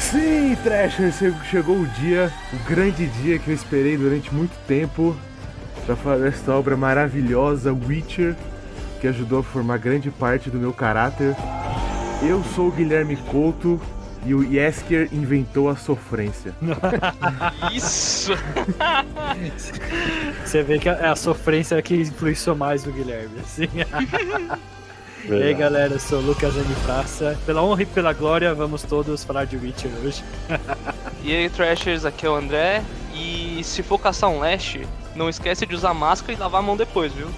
Sim, Thrasher, chegou o dia, o grande dia que eu esperei durante muito tempo para fazer esta obra maravilhosa, Witcher, que ajudou a formar grande parte do meu caráter. Eu sou o Guilherme Couto e o Yesker inventou a sofrência. Isso! Você vê que é a sofrência que influenciou mais o Guilherme, assim. E aí galera, eu sou o Lucas M. Praça. Pela honra e pela glória, vamos todos falar de Witcher hoje. E aí, Trashers, aqui é o André. E se for caçar um Lash, não esquece de usar máscara e lavar a mão depois, viu?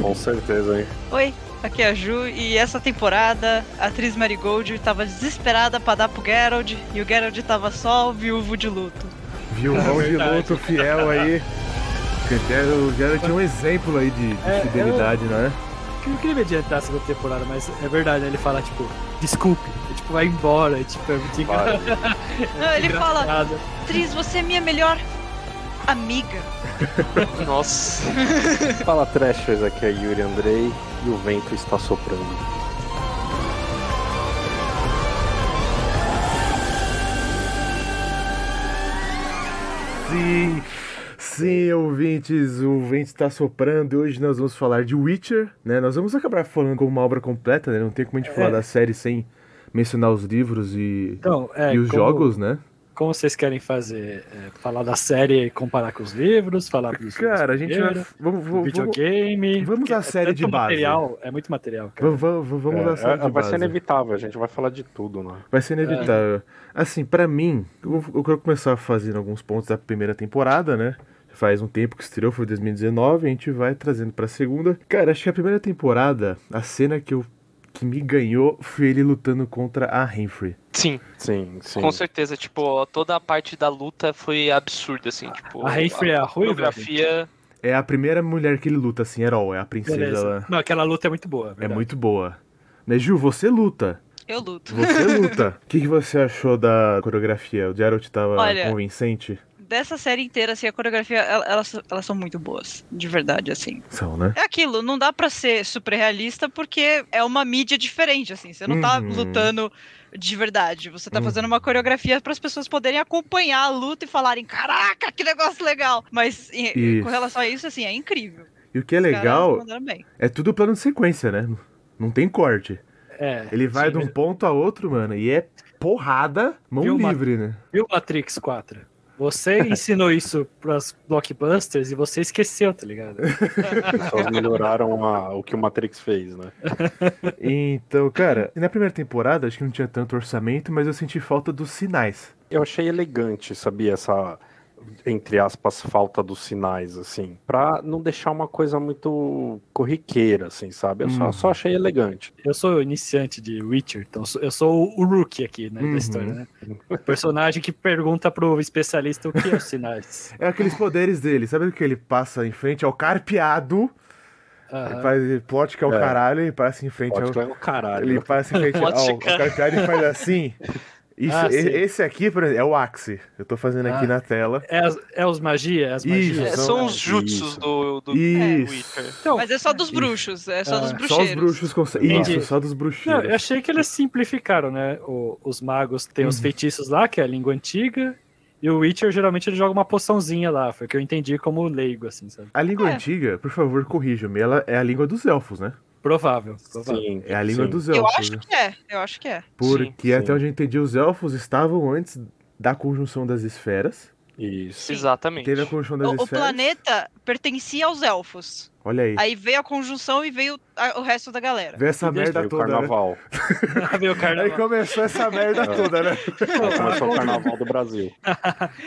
Com certeza, hein? Oi, aqui é a Ju e essa temporada a atriz Marigold tava desesperada pra dar pro Geralt e o Geralt tava só viúvo de luto. Viu o de luto fiel aí. O Geralt é um exemplo aí de, de É, fidelidade, né? Eu não queria me adiantar a segunda temporada, mas é verdade, né? ele fala, tipo, desculpe, e, tipo, vai embora, e, tipo, é muito engra- Vai. Não, Ah, ele fala, engraçado. Tris, você é minha melhor amiga. Nossa. Fala Trashers, aqui é Yuri Andrei e o vento está soprando. Sim, sim, ouvintes, o vento está soprando e hoje nós vamos falar de Witcher, né? Nós vamos acabar falando como uma obra completa, né? Não tem como a gente falar É. da série sem mencionar os livros e, Então, é, e os como- jogos, né? Como vocês querem fazer? É, falar da série e comparar com os livros, falar dos Cara, a gente vai. primeiro, Vamos, vamos, do vamos, videogame. vamos porque à série de tanto base. Material, é muito material, cara. vamos, vamos, vamos É, à série é, de vai ser base. inevitável, a gente vai falar de tudo, né? Vai ser É. inevitável. Assim, pra mim, eu, vou- eu quero começar fazendo alguns pontos da primeira temporada, né? Faz um tempo que estreou, foi 2019, a gente vai trazendo pra segunda. Cara, acho que a primeira temporada, a cena que eu que me ganhou foi ele lutando contra a Renfrey. Sim, Sim, sim. com certeza. Tipo, ó, toda a parte da luta foi absurda, assim. Tipo, A Renfrey é a ruiva? coreografia. É a primeira mulher que ele luta assim, herói, é a princesa. Beleza. Ela Não, aquela luta é muito é boa. verdade. muito boa. Né, Ju, você luta. Eu Você luto. luta. O que, que você achou da coreografia? O Geralt tava Olha, convincente? Dessa série inteira, assim, a coreografia, ela- elas, elas são muito boas, de verdade, assim. São, né? É aquilo, não dá pra ser super realista porque é uma mídia diferente, assim. Você não tá Uhum. lutando de verdade. Você tá Uhum. fazendo uma coreografia para as pessoas poderem acompanhar a luta e falarem: caraca, que negócio legal! Mas em- Isso. com relação a isso, assim, é incrível. E o que é Os caras legal mandaram bem. É tudo plano de sequência, né? Não tem corte. É, Ele vai de sim, um ponto a outro, mano, e é porrada, mão Viu, Matheus? livre, né? Viu, Matrix 4? Você ensinou isso pras blockbusters e você esqueceu, tá ligado? As pessoas melhoraram a- o que o Matrix fez, né? Então, cara, na primeira temporada acho que não tinha tanto orçamento, mas eu senti falta dos sinais. Eu achei elegante, sabia? Essa, entre aspas, falta dos sinais, assim. Pra não deixar uma coisa muito corriqueira, assim, sabe? Eu só, Uhum. só achei elegante. Eu sou iniciante de Witcher, então sou- eu sou o o rookie aqui né, Uhum. da história, né? O personagem que pergunta pro especialista o que é os sinais. É aqueles poderes dele, sabe o que ele passa em frente ao carpeado, Aham. ele faz plot que é o É. caralho, ele passa em frente Pode ao. é o caralho. Ele passa em frente ao, Plot ao cara. carpeado e faz assim. Isso- Ah, e- sim. esse aqui, por exemplo, é o Axe. Eu tô fazendo aqui Ah. na tela. É, as- é os magia? É as Isso, É, magias? são- são os jutsus Isso. do, do Isso. Witcher. Então, Mas é só dos bruxos, é só Ah, dos só bruxeiros. Só os bruxos conseguem. Isso, Entendi. só dos bruxinhos. não, eu achei que eles simplificaram, né? O- os magos têm os Uhum. feitiços lá, que é a língua antiga, e o Witcher geralmente ele joga uma poçãozinha lá, foi o que eu entendi como leigo, assim, sabe? A língua É. antiga, por favor, corrija-me, ela é a língua dos elfos, né? Provável, provável. Sim, É a língua sim. dos Eu elfos. acho né? que é, eu acho que é. Porque sim. até onde eu entendi, os elfos estavam antes da conjunção das esferas. Isso. Exatamente. Teve a conjunção das O, o esferas. planeta pertencia aos elfos. Olha aí. Aí veio a conjunção e veio a- o resto da galera. Vê essa E desde merda Veio o toda. Né? carnaval. É. Meu Aí carnaval. começou essa merda toda, né? Começou o carnaval do Brasil.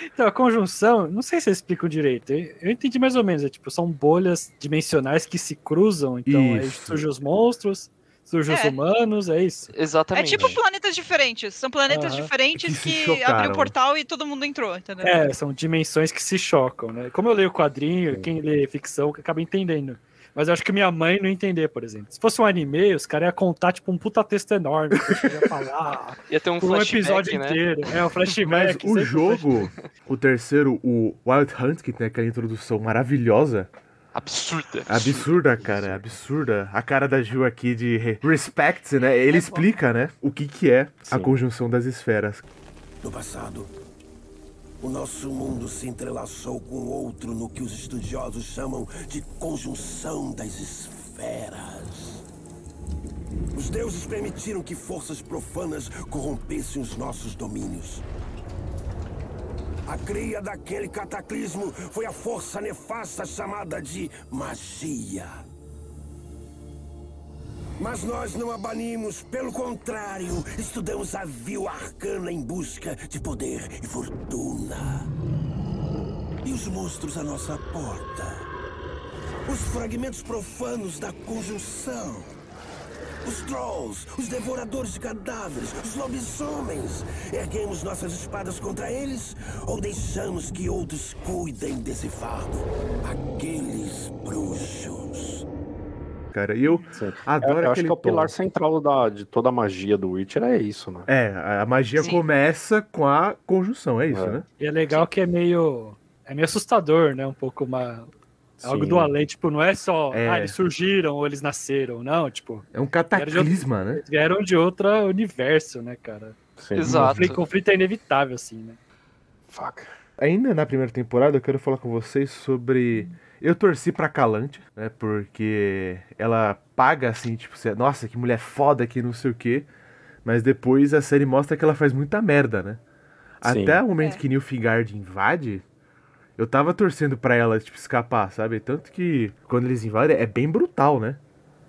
Então, a conjunção, não sei se eu explico direito. Eu eu entendi mais ou menos. É tipo, são bolhas dimensionais que se cruzam. Então, aí Isso. surgem os monstros, surgem os É. humanos, é isso. É Exatamente. tipo planetas diferentes. São planetas Aham. diferentes Que se que, chocaram. abriu o portal e todo mundo entrou, entendeu? É, são dimensões que se chocam, né? Como eu leio quadrinho, Sim. quem lê ficção que acaba entendendo. Mas eu acho que minha mãe não entender, por exemplo. Se fosse um anime, os caras iam contar, tipo, um puta texto enorme. Que eu ia falar Ia ter um por um flashback, episódio né? inteiro. É, um Mas flashback. o sempre um jogo, o terceiro, o Wild Hunt, que tem aquela introdução maravilhosa, Absurda. absurda, cara, absurda. A cara da Gil aqui de re- respect, né? Ele explica, né, o que que é a Sim. conjunção das esferas. No passado, o nosso mundo se entrelaçou com outro no que os estudiosos chamam de conjunção das esferas. Os deuses permitiram que forças profanas corrompessem os nossos domínios. A cria daquele cataclismo foi a força nefasta chamada de magia. Mas nós não a banimos, pelo contrário, estudamos a vil arcana em busca de poder e fortuna. E os monstros à nossa porta? Os fragmentos profanos da conjunção? Os trolls, os devoradores de cadáveres, os lobisomens. Erguemos nossas espadas contra eles ou deixamos que outros cuidem desse fardo? Aqueles bruxos. cara. E eu Sim. adoro eu acho aquele que é o tom. pilar central da, de toda a magia do Witcher é isso, né? É, a a magia Sim. começa com a conjunção, é isso, É. né? E é legal que é meio. É meio assustador, né? Um pouco uma. Algo Sim. do além, tipo, não é só, É. ah, eles surgiram ou eles nasceram, não, tipo, É um cataclisma, né? eles vieram de outro universo, né, cara? Sim. Exato. Conflito, conflito é inevitável, assim, né? Fuck. Ainda na primeira temporada, eu quero falar com vocês sobre. Eu torci pra Calante, né? Porque ela paga assim, tipo, você- nossa, que mulher foda que não sei o quê. Mas depois a série mostra que ela faz muita merda, né? Sim. Até o momento É. que Nilfgaard invade, eu tava torcendo pra ela, tipo, escapar, sabe? Tanto que quando eles invadem é bem brutal, né?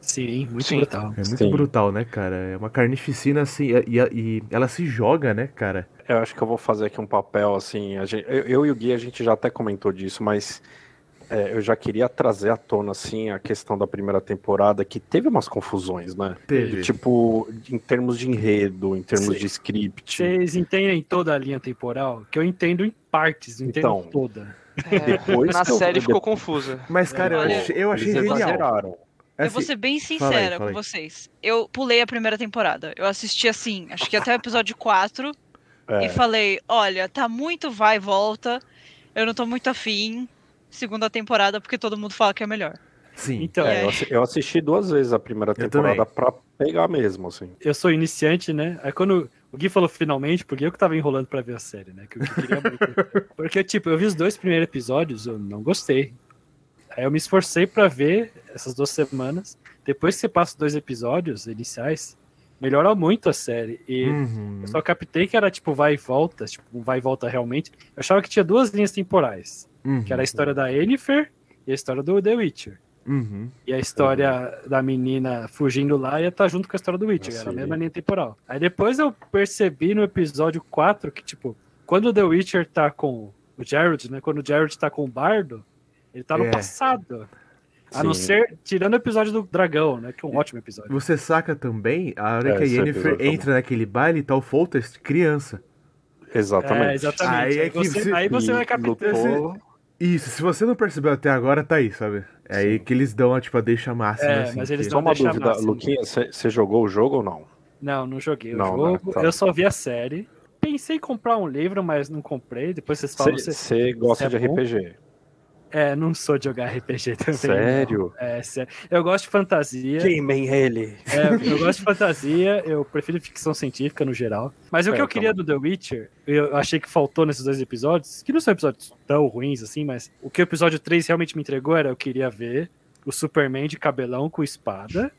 Sim, muito Sim. brutal. É muito Sim. brutal, né, cara? É uma carnificina assim, e, e- e ela se joga, né, cara? Eu acho que eu vou fazer aqui um papel assim. a gente- eu, eu e o Gui, a gente já até comentou disso, mas é, eu já queria trazer à tona assim a questão da primeira temporada, que teve umas confusões, né? Teve. Tipo, em termos de enredo, em termos Sim. de script. Vocês entendem toda a linha temporal? Que eu entendo em partes, não entendo Então. toda. É, Depois na que eu- série eu- ficou confusa. Mas, cara, eu Olha, achei, eu achei Eles genial. exageraram. eu vou Assim, ser bem fala aí, sincera fala aí. com vocês. Eu pulei a primeira temporada. Eu assisti assim, acho que até o episódio 4. É. E falei, olha, tá muito vai e volta. Eu não tô muito afim. Segunda temporada, porque todo mundo fala que é melhor. Sim. Então, É. Eu assi- Eu assisti duas vezes a primeira temporada também. pra pegar mesmo, assim. eu sou iniciante, né? Aí quando o Gui falou finalmente, porque eu que tava enrolando pra ver a série, né? Que eu queria muito. porque, tipo, eu vi os dois primeiros episódios, eu não gostei. Aí eu me esforcei pra ver essas duas semanas. Depois que você passa os dois episódios iniciais, melhora muito a série. E Uhum. eu só captei que era, tipo, vai e volta, tipo, um vai e volta realmente. Eu achava que tinha duas linhas temporais, Uhum. que era a história da Yennefer e a história do The Witcher. Uhum. E a história da menina fugindo lá ia estar junto com a história do Witcher, Uhum. Ah, era a sim. mesma linha temporal. Aí depois eu percebi no episódio 4 que, tipo, quando o The Witcher tá com o Jared, né? Quando o Jared tá com o Bardo, ele tá no É. passado. A não Sim. ser, tirando o episódio do dragão, né? Que é um ótimo episódio. Você saca também a hora É, que a esse Yennefer episódio tá bom. entra naquele baile tal Foltest criança. Exatamente. É, exatamente. Aí Aí, é que você, você- aí você E vai captando. lutou- Isso, se você não percebeu até agora, tá aí, sabe? É aí que eles dão, tipo, a deixa máxima. É, assim, mas eles que- Só uma deixar dúvida, máximo. Luquinha, você jogou o jogo ou não? Não, não joguei o Não, né? jogo. Tá. Eu só vi a série. Pensei em comprar um livro, mas não comprei. Depois vocês falam. cê- Você gosta cê é de bom? RPG? É, não sou de jogar RPG também. Sério? É, sério. Eu gosto de fantasia. Queimem ele. É, eu gosto de fantasia, eu prefiro ficção científica no geral. Mas o que É, eu queria do The Witcher, eu achei que faltou nesses dois episódios, que não são episódios tão ruins assim, mas o que o episódio 3 realmente me entregou era eu queria ver o Superman de cabelão com espada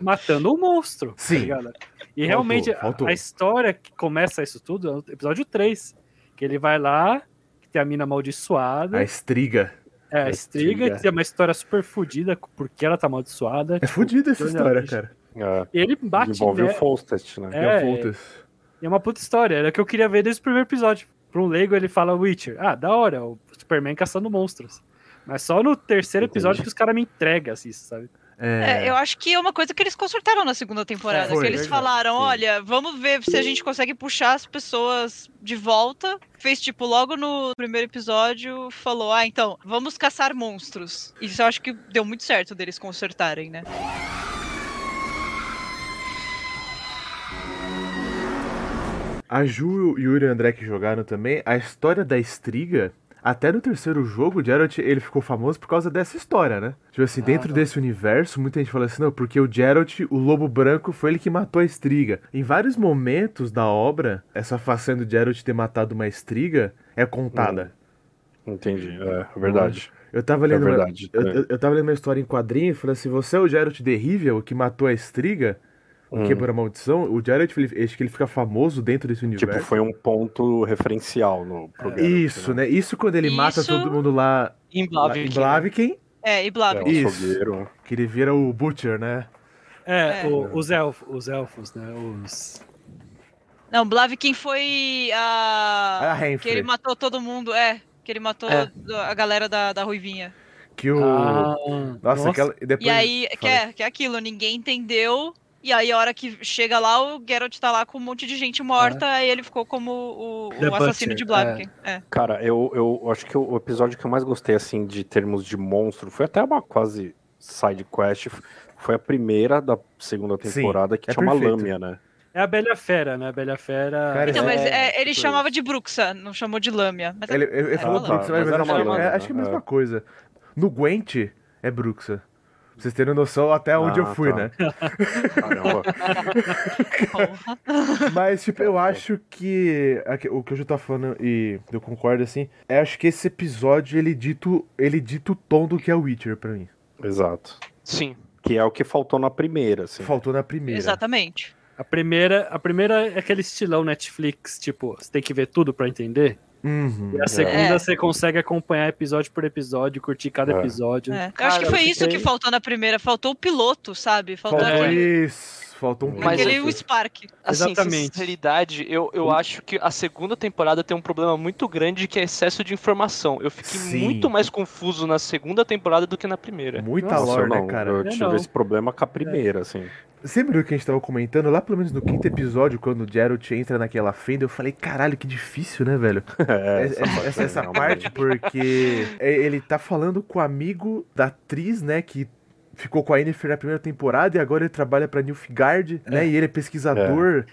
matando um monstro. tá Sim. ligado? e Faltou, realmente a- faltou. A, história que começa isso tudo é o episódio 3, que ele vai lá, que tem a mina amaldiçoada. A estriga. É, a A Striga Striga. tem uma história super fodida, porque ela tá amaldiçoada. É fodida essa Johnny história, Depp. cara. É, E ele bate envolve o né? Folstet, né? É, É, o Foltest. E é uma puta história. Era o que eu queria ver desde o primeiro episódio. Pra um leigo, ele fala Witcher. Ah, da hora, o Superman caçando monstros. Mas só no terceiro Entendi. episódio que os caras me entregam assim, sabe? É, É, eu acho que é uma coisa que eles consertaram na segunda temporada. Foi, que eles verdade. falaram, Sim. olha, vamos ver se a gente consegue puxar as pessoas de volta. Fez tipo logo no primeiro episódio, falou, ah, então, vamos caçar monstros. Isso eu acho que deu muito certo deles consertarem, né? A Ju e o Yuri e o André que jogaram também, a história da estriga, Até no terceiro jogo, o Geralt ele ficou famoso por causa dessa história, né? Tipo assim, Ah, dentro tá. desse universo, muita gente fala assim, não, porque o Geralt, o lobo branco, foi ele que matou a estriga. Em vários momentos da obra, essa façanha do Geralt ter matado uma estriga é contada. Entendi, é verdade. Eu tava lendo, uma- verdade, eu, Hum. é. eu- eu tava lendo uma história em quadrinho e falou assim: você é o Geralt de Rivia, o que matou a estriga, Hum. o Hum. que quebrou a maldição. O Geralt, ele, acho que ele fica famoso dentro desse universo. Tipo, foi um ponto referencial no programa. Isso, né? Isso quando ele mata Isso- todo mundo lá Em lá Blaviken. em Blaviken, É, e É, Blab. o Isso. açougueiro. que ele vira o Butcher, né? É, É. o- os, elfos, os elfos, né? Os... Não, Blaviken foi a. A Renfrey. que ele matou todo mundo, é. Que ele matou É. a galera da, da Ruivinha. Que o. Ah, nossa, aquela. E, depois, E aí, que fala. é, que é aquilo, ninguém entendeu. E aí, a hora que chega lá, o Geralt tá lá com um monte de gente morta, É. aí ele ficou como o, o The assassino Butcher, de Blaviken. É. Cara, eu, eu acho que o episódio que eu mais gostei, assim, de termos de monstro, foi até uma quase side quest. Foi a primeira da segunda Sim, temporada que é tinha perfeito. uma lâmina, né? É a Bela Fera, né? A Bela Fera. Cara, Então, É, mas é, ele tipo chamava isso. de Bruxa, não chamou de Lâmia. Mas Ele, ele É, falou tá, Bruxa, mas, mas era acho, uma que, lâmina, é, acho que é a mesma é. coisa. No Gwent é Bruxa. Pra vocês terem noção até onde Ah, eu fui, tá. né? Caramba. porra. Mas, tipo, É. eu acho que aqui, o que o Ju tá falando, e eu concordo, assim, é acho que esse episódio, ele dito, ele dita o tom do que é Witcher pra mim. Exato. Sim. Que é o que faltou na primeira, assim. Faltou na primeira. Exatamente. A primeira, a primeira é aquele estilão Netflix, tipo, você tem que ver tudo pra entender. Uhum. E a segunda É. você consegue acompanhar episódio por episódio, curtir cada É. episódio. É. Eu Cara, acho que foi eu isso que fiquei- faltou na primeira, faltou o piloto, sabe? Faltou Faltou aquele, É isso, faltou um Mas aquele piloto. Spark. Assim, Exatamente. sinceridade, eu, eu acho que a segunda temporada tem um problema muito grande que é excesso de informação. Eu fiquei Sim. muito mais confuso na segunda temporada do que na primeira. Muita Nossa, lore, eu né, não, cara? Eu Eu tive não. esse problema com a primeira, assim. Você lembra do que a gente tava comentando? Lá pelo menos no quinto episódio, quando o Geralt entra naquela fenda, eu falei, caralho, que difícil, né, velho? É, Essa, essa- essa, essa realmente. parte, porque é- ele tá falando com o amigo da atriz, né, que ficou com a Yennefer na primeira temporada e agora ele trabalha pra Nilfgaard, né, e ele é pesquisador.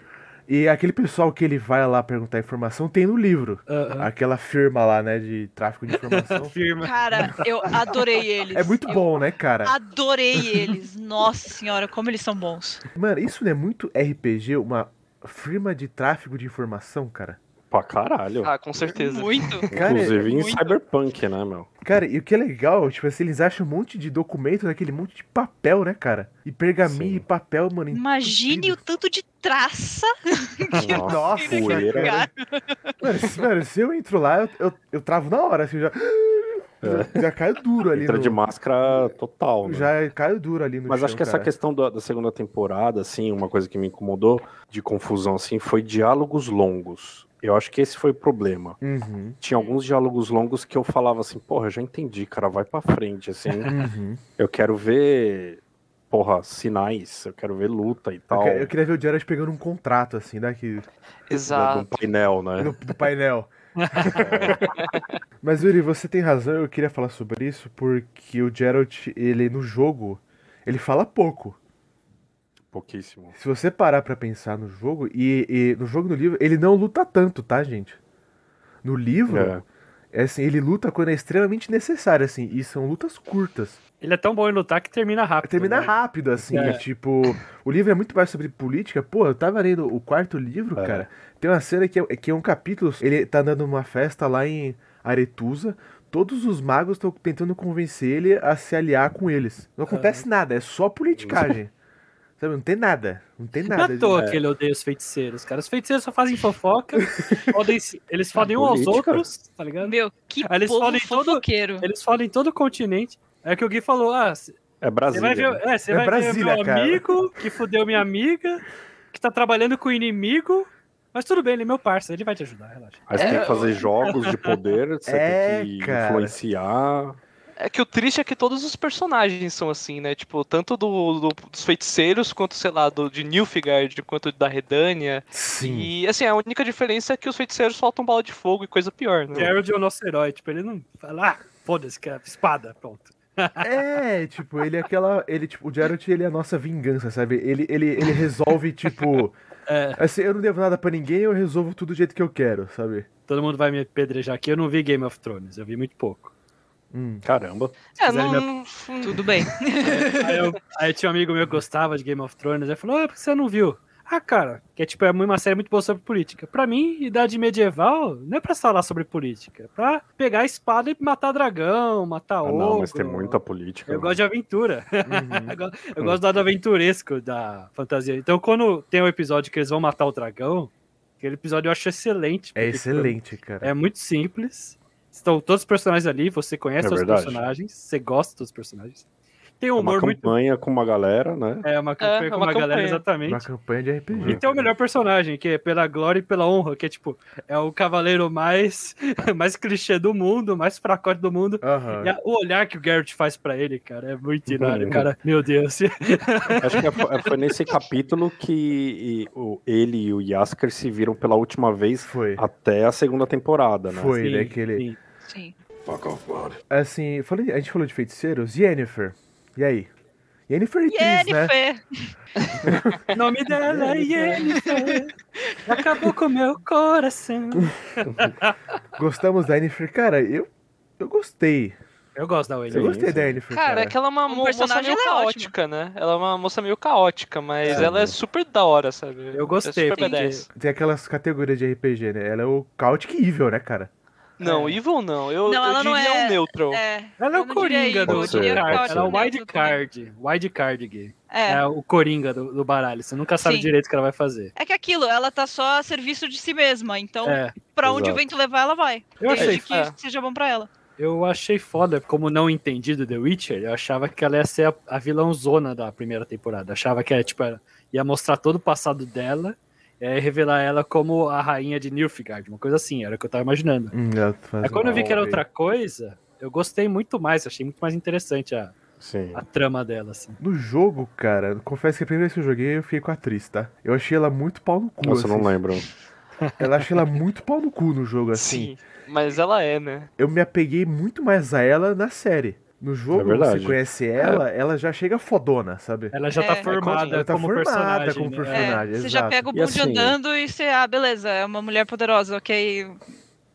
E aquele pessoal que ele vai lá perguntar informação tem no livro. Aham. Aquela firma lá, né, de tráfico de informação. Afirma. Cara, eu adorei eles. É muito Eu bom, né, cara? Adorei eles. Nossa senhora, como eles são bons. Mano, isso não é muito RPG, uma firma de tráfico de informação, cara? Pra caralho. Ah, com certeza. Muito. Cara, é Inclusive em muito. Cyberpunk, né, meu? Cara, e o que é legal, tipo assim, eles acham um monte de documento naquele monte de papel, né, cara? E pergaminho Sim. e papel, mano. Imagine o tanto de traça. Nossa, que poeira. lugar. Mano, se, mano, se eu entro lá, eu, eu, eu travo na hora, assim, eu já. Já, já caio duro ali. É. Entra no, de máscara total, né? já caio duro ali no Mas chão, acho que essa cara. questão da, da segunda temporada, assim, uma coisa que me incomodou de confusão, assim, foi diálogos longos. Eu acho que é esse foi o problema. Uhum, Tinha alguns diálogos longos que eu falava assim, porra, já entendi, cara, vai pra frente, assim. uhum. eu quero ver, porra, sinais, eu quero ver luta e Eu, tal. né, que- eu queria ver o Jared pegando um contrato, assim, daqui, Do, Exato. do painel, né? no- do painel. Mas, Yuri, você tem razão, eu queria falar sobre isso, porque o Geralt, ele, no jogo, ele fala pouco. Pouquíssimo. Se você parar pra pensar no jogo, e, e no jogo e no livro, ele não luta tanto, tá, gente? No livro, É. é assim, ele luta quando é extremamente necessário, assim, e são lutas curtas. Ele é tão bom em lutar que termina rápido. Ah, Termina né? rápido, assim, É. e, tipo, o livro é muito mais sobre política. Pô, eu tava lendo o quarto livro, É. cara. Tem uma cena que é, que é um capítulo, ele tá dando uma festa lá em Aretusa, todos os magos estão tentando convencer ele a se aliar com eles. Não acontece nada, é só politicagem. Sabe, não tem nada, não tem Não é nada. à de- toa que ele odeia os feiticeiros, cara. Os feiticeiros só fazem fofoca, fodem se- eles fodem uns aos política. outros, tá ligado? Meu, que Aí eles falam povo em todo- fofoqueiro. Eles fodem todo o continente. É que o Gui falou, ah, c- É você vai ver, Brasília. né? é, você É vai Brasília, ver meu cara. amigo que fudeu minha amiga, que tá trabalhando com o inimigo, mas tudo bem, ele é meu parceiro, ele vai te ajudar, relaxa. Aí você É, tem que fazer jogos de poder, você É, tem que cara. influenciar. É que o triste é que todos os personagens são assim, né? Tipo, tanto do, do- dos feiticeiros, quanto, sei lá, do, de Nilfgaard, quanto da Redânia. Sim. E, assim, a única diferença é que os feiticeiros soltam bala de fogo e coisa pior, né? Gerald é o nosso herói, tipo, ele não fala, ah, foda-se, cara, espada, pronto. É, tipo, ele é aquela. Ele, tipo, o Geralt, ele é a nossa vingança, sabe? Ele, ele, ele resolve, tipo. É. Assim, eu não devo nada pra ninguém, eu resolvo tudo do jeito que eu quero, sabe? todo mundo vai me apedrejar aqui. Eu não vi Game of Thrones, eu vi muito pouco. Hum. Caramba. É, Quiser não, não- Tudo bem. Aí, eu- aí tinha um amigo meu que gostava de Game of Thrones, aí falou, ah, por que você não viu? Ah, cara, que é tipo, é uma série muito boa sobre política. Pra mim, idade medieval não é pra falar sobre política, é pra pegar a espada e matar dragão, matar Ah, ogro. não, mas tem muita política. Eu né? gosto de aventura. Uhum. Eu go- Eu gosto do Hum. lado aventuresco da fantasia. Então, quando tem um episódio que eles vão matar o dragão, aquele episódio eu acho excelente. É porque, tipo, excelente, cara. É muito simples. Estão todos os personagens ali, você conhece É os verdade. personagens, você gosta dos personagens. Tem um É humor uma muito. campanha com uma galera, né? É uma campanha É, com é uma, uma galera, campanha. exatamente. Uma campanha de E RPG. tem o melhor personagem, que é pela glória e pela honra, que é tipo, é o cavaleiro mais, mais clichê do mundo, mais fracote do mundo. Aham. E a- o olhar que o Garrett faz pra ele, cara, é muito hilário, cara. Meu Deus. Acho que é- foi nesse capítulo que e, o, ele e o Yasker se viram pela última vez Foi. até a segunda temporada, né? Foi, Sim, né? Que ele... sim. Sim. Fuck off, bud. Assim, falei- a gente falou de feiticeiros. Jennifer. E aí? Jennifer e é Tris, né? Jennifer! O nome dela é Jennifer. Acabou com meu coração. Gostamos da Jennifer. Cara, eu, eu gostei. Eu gosto da Willy. Eu Sim, gostei sim. da Jennifer, Cara, cara. é que ela é uma Como mo- moça personagem, meio ela é caótica, né? Ela é uma moça meio caótica, mas É. ela é super da hora, sabe? Eu gostei, É super porque- badass. Tem aquelas categorias de RPG, né? Ela é o Chaotic Evil, né, cara? Não, Evil não. Eu, Não, eu ela não diria é- um neutral. É. Ela é o Eu não diria Coringa Igor, do eu diria card. Ela Caucho é o neutro wild card. Wild card, Gui. É. né? É. o Coringa do, do baralho. Você nunca sabe Sim. direito o que ela vai fazer. É que aquilo, ela tá só a serviço de si mesma, então É. pra onde Exato. o vento levar, ela vai. Eu Desde achei, que é. seja bom pra ela. eu achei foda, como não entendi do The Witcher, eu achava que ela ia ser a, a vilãozona da primeira temporada. Achava que era, tipo, ela ia mostrar todo o passado dela e aí revelar ela como a rainha de Nilfgaard, uma coisa assim, era o que eu tava imaginando. Hum, ela faz Aí É quando eu vi um- que era outra coisa, eu gostei muito mais, achei muito mais interessante a, Sim. a trama dela, assim. No jogo, cara, confesso que a primeira vez que eu joguei eu fiquei com a atriz, tá? Eu achei ela muito pau no cu. Nossa, eu assim. não né? lembro. Ela achei ela muito pau no cu no jogo, assim. Sim, mas ela é, né? Eu me apeguei muito mais a ela na série. No É jogo, verdade. você conhece ela, ela já chega fodona, sabe? Ela já É. tá É, formada ela tá como formada personagem. como né? É, personagem. Verdade, você já exato. pega o E bonde assim- andando e você, ah, beleza, é uma mulher poderosa, ok.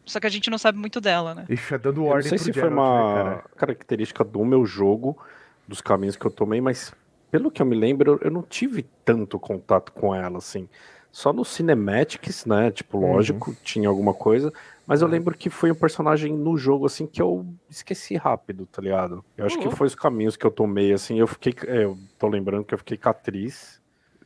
Só que a gente não sabe muito dela, né? E fica dando Eu não ordem sei pro se foi Geralt, uma né, cara? característica do meu jogo, dos caminhos que eu tomei, mas pelo que eu me lembro, eu não tive tanto contato com ela, assim. Só no Cinematics, né? Tipo, Uhum. lógico, tinha alguma coisa. Mas É. eu lembro que foi um personagem no jogo, assim, que eu esqueci rápido, tá ligado? Eu acho que Uhum. louco. foi os caminhos que eu tomei, assim. Eu fiquei. é, eu tô lembrando que eu fiquei catriz.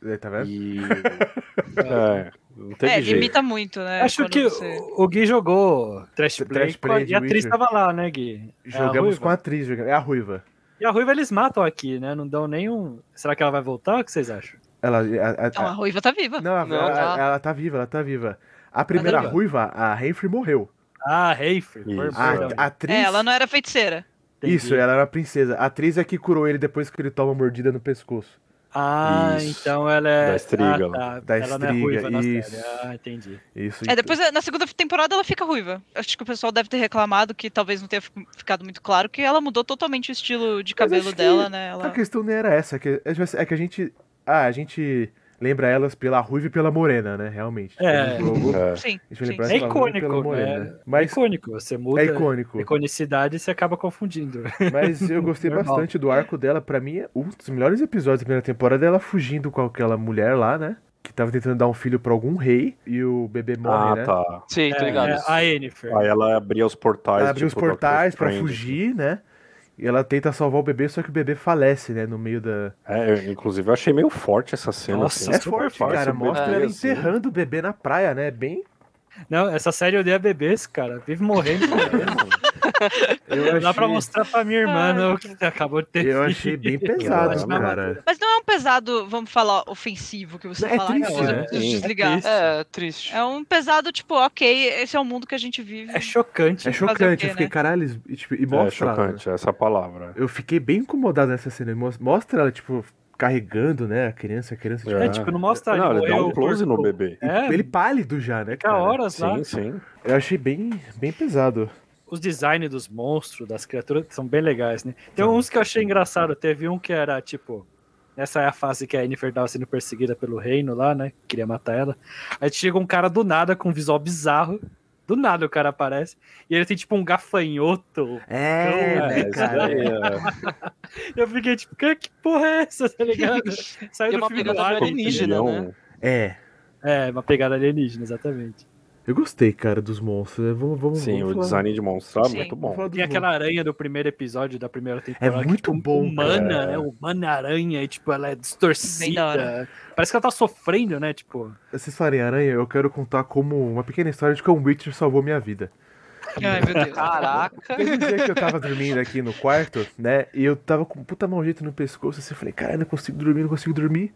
É, tá vendo? E. é, não teve é, jeito. limita muito, né? Acho quando que você- o o Gui jogou Trash Play, Trash Play e a de atriz Witcher. tava lá, né, Gui? É a Jogamos Ruiva. com a atriz, jogamos- é a Ruiva. E a Ruiva eles matam aqui, né? Não dão nenhum... Será que ela vai voltar? O que vocês acham? Ela, a- a- Não, a Ruiva tá viva. não, a- Não, ela, tá. ela tá viva, ela tá viva. A primeira viva. Ruiva, a Renfrey, morreu. Ah, Reifer. Isso. A, a atriz... É, ela não era feiticeira. ah, Isso, ela era a princesa. A atriz é que curou ele depois que ele toma a mordida no pescoço. Ah, Isso. então ela é... Da estriga, Ah, tá. Da ela não estriga, é ruiva na série. isso. Ah, entendi. Isso. É, depois na segunda temporada ela fica ruiva. Acho que o pessoal deve ter reclamado que talvez não tenha fi- ficado muito claro que ela mudou totalmente o estilo de cabelo acho que- dela, né? então. A Ela... questão não era essa, que, é que a gente... Ah, a gente lembra elas pela ruiva e pela morena, né? Realmente. Tipo, É. no jogo, É. Sim, a gente sim. lembra elas pela É ruiva e icônico, pela né? morena. É Mas icônico, você muda é icônico. iconicidade e você acaba confundindo. Mas eu gostei Normal. bastante do arco dela. Pra mim, é um dos melhores episódios da primeira temporada é ela fugindo com aquela mulher lá, né? Que tava tentando dar um filho pra algum rei e o bebê morre, Ah, né? tá. Sim, tô ligado. É, a Yennefer. Aí ela abria os portais. Ela abriu os tipo, Doctor portais pra Strange. fugir, né? E ela tenta salvar o bebê, só que o bebê falece, né? No meio da. É, eu, inclusive eu achei meio forte essa cena. Nossa, assim. é forte, forte, cara. o Mostra bebê, ela assim. enterrando o bebê na praia, né? Bem. Não, essa série odeia bebês, cara. Vive morrendo. É Eu Não dá pra achei- mostrar pra minha Ah. irmã, não, que acabou de Eu ter filho. achei bem acho pesado, na cara. Mas não é um pesado, vamos falar, ofensivo que você É fala, triste, "Ai, eu né? preciso Sim. desligar. triste. É, triste. É um pesado, tipo, ok, esse é o mundo que a gente vive. É chocante. É Fazer o chocante, quê, eu fiquei, né? caralho, eles- e, tipo, e É mostra. ela, né? chocante essa palavra. Eu fiquei bem incomodado nessa cena. Mos- Mostra ela, tipo, carregando, né? A criança, a criança. tipo, É, tipo, não mostra Não, ele ele dá morreu, um close no cortou. bebê. É, Ele pálido já, né? fica cara? horas lá. Sim, sim. Eu achei bem, bem pesado. Os designs dos monstros, das criaturas, são bem legais, né? Tem uns que eu achei engraçado. Teve um que era, tipo... Essa é a fase que a Yennefer tava sendo perseguida pelo reino lá, né? Queria matar ela. Aí chega um cara do nada com um visual bizarro. Do nada o cara aparece. E ele tem tipo um gafanhoto. É, Então, né, isso cara? daí é- Eu fiquei tipo, que, que porra é essa, tá ligado? Saiu E é do uma filme do pegada Alien. alienígena, Opinião. né? É. É, uma pegada alienígena, exatamente. Eu gostei, cara, dos monstros. né? Vamos, vamos, Sim, vamos o falar- design de monstro é Sim. muito vamos bom. falar dos Tem aquela monstros. aranha do primeiro episódio da primeira temporada. É que, muito tipo, bom, Humana, cara. né? Humana aranha, e tipo, ela é Bem da distorcida. Parece que ela tá sofrendo, né? Tipo, Vocês falarem aranha, eu quero contar como uma pequena história de como o Witcher salvou minha vida. Ai, meu Deus. Caraca. Teve um dia que eu tava dormindo aqui no quarto, né? E eu tava com um puta mau jeito no pescoço, assim, eu falei, cara, não consigo dormir, não consigo dormir.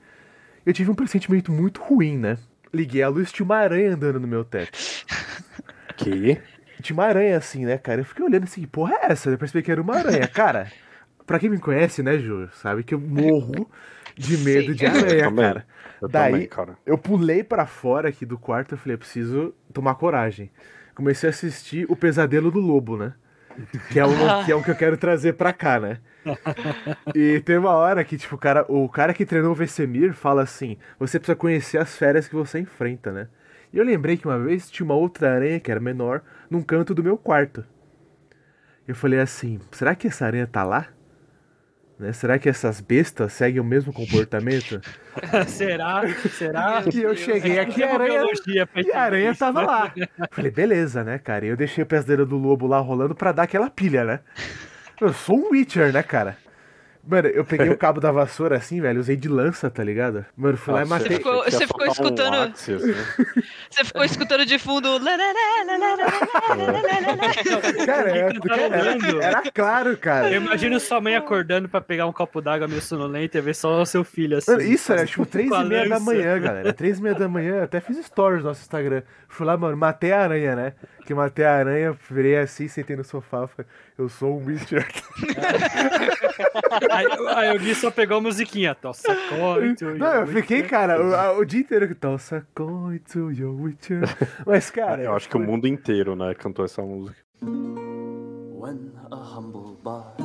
Eu tive um pressentimento muito ruim, né? Liguei a luz, tinha uma aranha andando no meu teto. Que? Tinha uma aranha assim, né, cara? Eu fiquei olhando assim, que porra é essa? Eu percebi que era uma aranha. Cara, pra quem me conhece, né, Ju, sabe que eu morro de medo Sim. de Eu aranha, também. cara. Eu Daí- também, cara. Eu pulei pra fora aqui do quarto, eu falei, eu preciso tomar coragem. Comecei a assistir O Pesadelo do Lobo, né? Que é, uma, que é um que eu quero trazer pra cá, né? E tem uma hora que, tipo, o cara, o cara que treinou o Vesemir fala assim: você precisa conhecer as férias que você enfrenta, né? E eu lembrei que uma vez tinha uma outra aranha que era menor num canto do meu quarto. Eu falei assim: será que essa aranha tá lá? Né? Será que essas bestas seguem o mesmo comportamento? será? Será? E Ah, eu Deus. cheguei aqui, Tem É a uma aranha É, biologia pra e a aranha entender tava isso, lá. Falei, beleza, né, cara? E eu deixei o pesadelo do lobo lá rolando pra dar aquela pilha, né? Eu sou um Witcher, né, cara? Mano, eu peguei o cabo da vassoura assim, velho, usei de lança, tá ligado? Mano, fui lá e Nossa, matei. achei ficou- que ia você ficou soltar um escutando- Axis, né? Você ficou escutando de fundo. Cara, é era, Tá rolando. era, era claro, Eu cara. imagino sua mãe acordando pra pegar um copo d'água meio sonolenta e ver só o seu filho assim. Mano, isso era tipo com 3 a e meia da lança. manhã, galera. 3 e meia da manhã, eu até fiz stories no nosso Instagram. Fui lá, mano, matei a aranha, né? Que matei a aranha, virei assim, sentei no sofá, falei, eu sou um Witcher. Aí, aí o Gui só pegou a musiquinha. Tossa, corte. Não, eu fiquei, cara, o, a- o dia inteiro que Tossa to your Witcher. Mas, cara, Eu acho que o mundo inteiro, né, cantou essa música. When a humble bard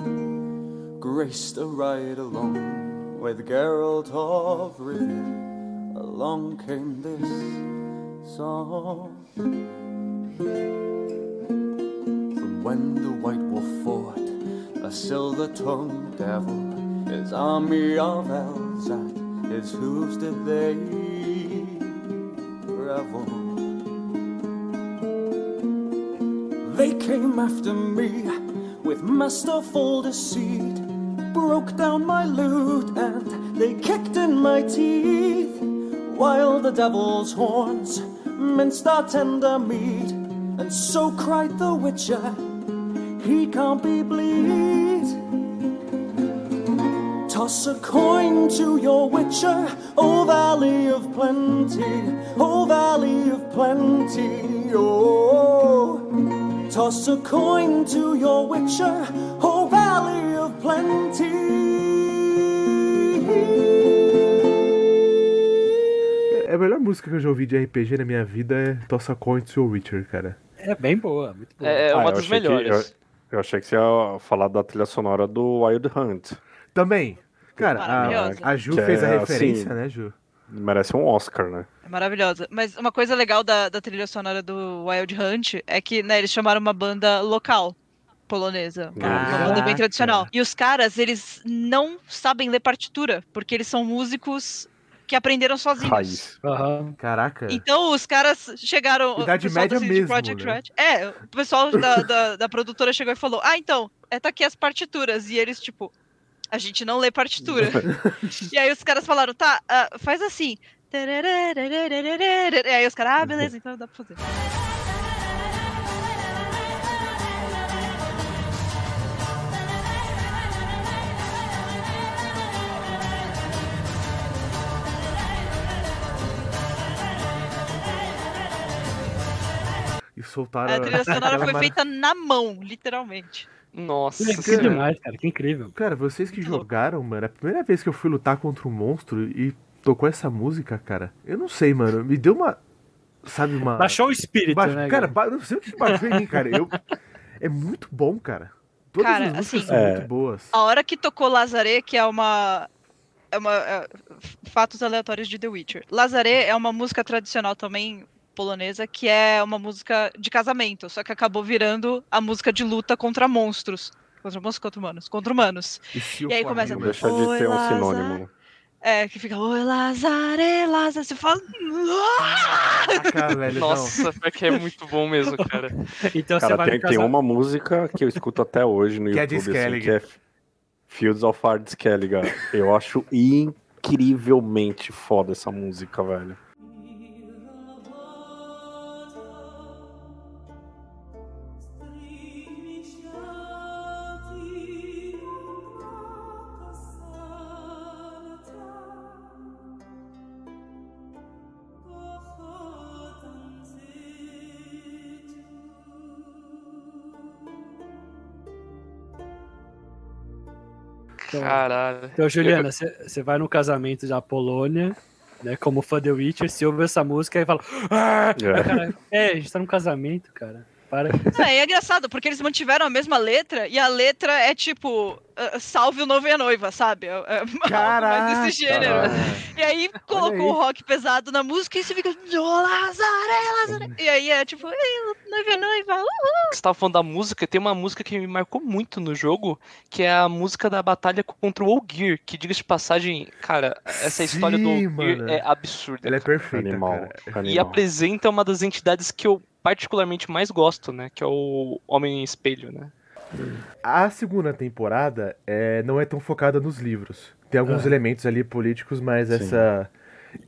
graced a ride along with Geralt of Rivia, along came this song. From when the White Wolf fought a silver-tongued devil, his army of elves at his hooves did they revel. They came after me with masterful deceit, broke down my loot, and they kicked in my teeth. While the devil's horns minced our tender meat, and so cried the witcher, he can't be bleed. Toss a coin to your witcher, O Valley of Plenty, O Valley of Plenty, oh. Toss a coin to your witcher, O Valley of Plenty. É a melhor música que eu já ouvi de RPG na minha vida é Tossa Coin to Your Witcher, cara. É bem boa, muito boa. É, é Ah, uma eu das achei que- melhores. Eu achei que você ia falar da trilha sonora do Wild Hunt. Também. Cara, Maravilhosa. a, a Ju Que fez a é, referência, assim, né, Ju? Merece um Oscar, né? É maravilhosa. Mas uma coisa legal da, da trilha sonora do Wild Hunt é que né, eles chamaram uma banda local polonesa. Ah, Uma banda bem Caraca. tradicional. E os caras, eles não sabem ler partitura, porque eles são músicos que aprenderam sozinhos. Raiz. Aham. Caraca. Então os caras chegaram. o Idade pessoal tá média da CD mesmo, Projekt né? Red- É, o pessoal da, da, da produtora chegou e falou: Ah, então, é, tá aqui as partituras. E eles, tipo, a gente não lê partitura. e aí os caras falaram: Tá, ah, faz assim. E aí os caras, ah, beleza, então dá pra fazer. E soltaram. A trilha sonora aquela foi mara- feita na mão, literalmente. Nossa Que senhora. demais, cara. Que incrível. Cara, vocês que Muito louco. jogaram, mano, é a primeira vez que eu fui lutar contra um monstro e tocou essa música, cara, eu não sei, mano, me deu uma. Sabe, uma. Baixou o espírito, Baixo- né? cara, ba- não sei o que baixou em mim, cara. Eu... É muito bom, cara. Todas Cara, as músicas assim- são É. muito boas. A hora que tocou Lazaré, que é uma. É uma é, fatos aleatórios de The Witcher. Lazaré é uma música tradicional também polonesa, que é uma música de casamento, só que acabou virando a música de luta contra monstros. Contra monstros, contra humanos. Contra humanos. E, se o E aí começa- Flamengo- Deixa de Oi, ser um Lázaro. sinônimo. É, que fica, oi, Lazare, Lazare. Você fala. Caraca, velho, não. Nossa, pior que é muito bom mesmo, cara. Então você Cara, vai tem, no tem casa- uma música que eu escuto até hoje no Que é de YouTube, assim, Skellig. que é F- Fields of Hard Skelliga. Eu acho incrivelmente foda essa música, velho. Então, Ah, Caralho. Então, Juliana, você você vai no casamento da Polônia, né? Como fã de Witcher, você ouve essa música e fala. "Ah!" Aí, É. cara, é, a gente tá num casamento, cara. Para. É, e é engraçado, porque eles mantiveram a mesma letra e a letra é tipo, ah, salve o noivo e a noiva, sabe? É, é algo mais desse gênero. Caralho. E aí colocou aí. o rock pesado na música e você fica, "Ô, Lazare, Lazare. E aí é tipo, "Ei, noiva e a noiva. uh". Você tava falando da música, tem uma música que me marcou muito no jogo, que é a música da batalha contra o Olgir, que diga de passagem, cara, essa história do Sim, Olgir mano. é absurda. Ela é perfeita, Animal. cara. E animal. apresenta uma das entidades que eu particularmente mais gosto, né? Que é o Homem Espelho, né? A segunda temporada é, não é tão focada nos livros. Tem alguns Ah. elementos ali políticos, mas Sim. essa...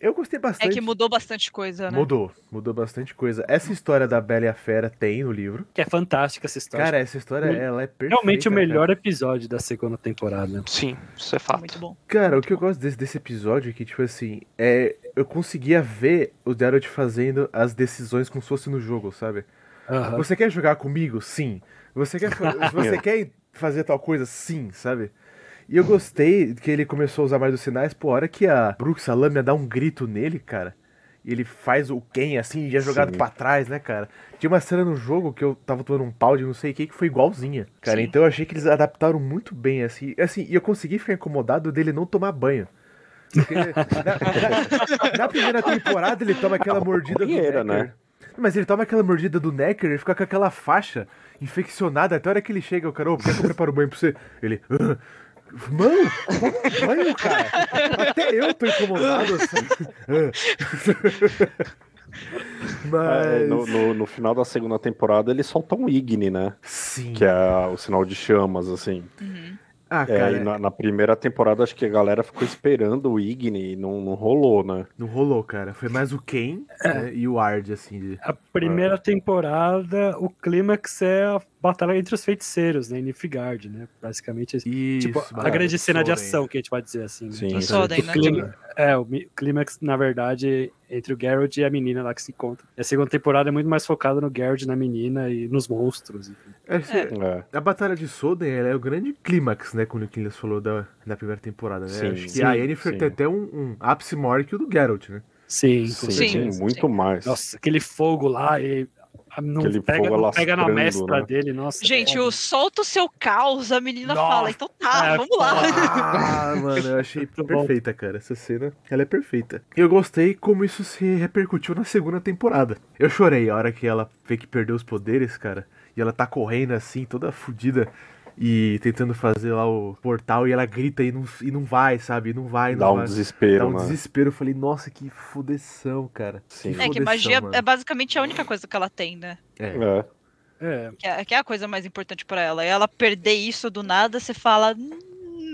Eu gostei É bastante. que mudou bastante coisa, né? Mudou, mudou bastante coisa. Essa história da Bela e a Fera tem no livro. Que é fantástica essa história. Cara, essa história, Muito- ela é perfeita. Realmente o cara. melhor episódio da segunda temporada. Sim, isso é Muito fato. bom. Cara, o que eu gosto desse, desse episódio é que, tipo assim, é, eu conseguia ver o Geralt fazendo as decisões como se fosse no jogo, sabe? Aham. Você quer jogar comigo? Sim. Você quer, fa- você quer fazer tal coisa? Sim, sabe? E eu gostei que ele começou a usar mais os sinais, pô, a hora que a Brooks, a lâmina, dá um grito nele, cara, e ele faz o Ken, assim, e é jogado Sim. pra trás, né, cara? Tinha uma cena no jogo que eu tava tomando um pau de não sei quem que foi igualzinha. Cara, Sim. então eu achei que eles adaptaram muito bem, assim, assim, e eu consegui ficar incomodado dele não tomar banho. Porque na, na- na primeira temporada ele toma aquela Ah, mordida do banheira, Necker. né? Mas ele toma aquela mordida do Necker e fica com aquela faixa infeccionada até a hora que ele chega. O cara, ô, quer que eu preparo o banho pra você? Ele. "Ah." Mano, toma um banho, cara. Até eu tô incomodado. Assim. Mas. É, no, no- no final da segunda temporada ele solta um Igni, né? Sim. Que é o sinal de chamas, assim. Ah, É, cara, e na, na primeira temporada acho que a galera ficou esperando o Igni e não, não rolou, né? não rolou, cara. Foi mais o Ken É. né, e o Ard, assim. De... A primeira temporada, o clímax é a batalha entre os feiticeiros, né? Em Nilfgaard, né? Basicamente, Isso, tipo, a maravilha. grande cena de Soden. ação que a gente vai dizer assim. né? Sim, Que sim. Soden, O né? clima- é, o mi- clímax, na verdade, entre o Geralt e a menina lá que se encontra. E a segunda temporada é muito mais focada no Geralt, na menina e nos monstros. enfim. Esse- É. A Batalha de Soden ela é o grande clímax, né? Quando o Killers falou da, na primeira temporada, né? Sim, Acho que sim, a Yennefer sim. tem até um, um ápice maior que o do Geralt, né? Sim, com Sim, certeza. sim. muito mais. Nossa, aquele fogo lá e a- não Aquele pega, fogo não pega na alastrando, mestra né? dele, nossa. Gente, é- o solta o seu caos, a menina Nossa, fala. Então tá, é, vamos lá. Ah, mano, eu achei Muito bom. perfeita, cara. Essa cena, ela é perfeita. Eu gostei como isso se repercutiu na segunda temporada. Eu chorei a hora que ela vê que perdeu os poderes, cara. E ela tá correndo assim, toda fodida. E tentando fazer lá o portal. E ela grita e não, e não vai, sabe? E não vai, não Dá um vai. desespero, Dá um né? desespero. Eu falei, nossa, que fudeção, cara. Sim. É que Fodeção, magia mano. é basicamente a única coisa que ela tem, né? É. É. É, Que é, que é a coisa mais importante pra ela. E ela perder isso do nada, você fala.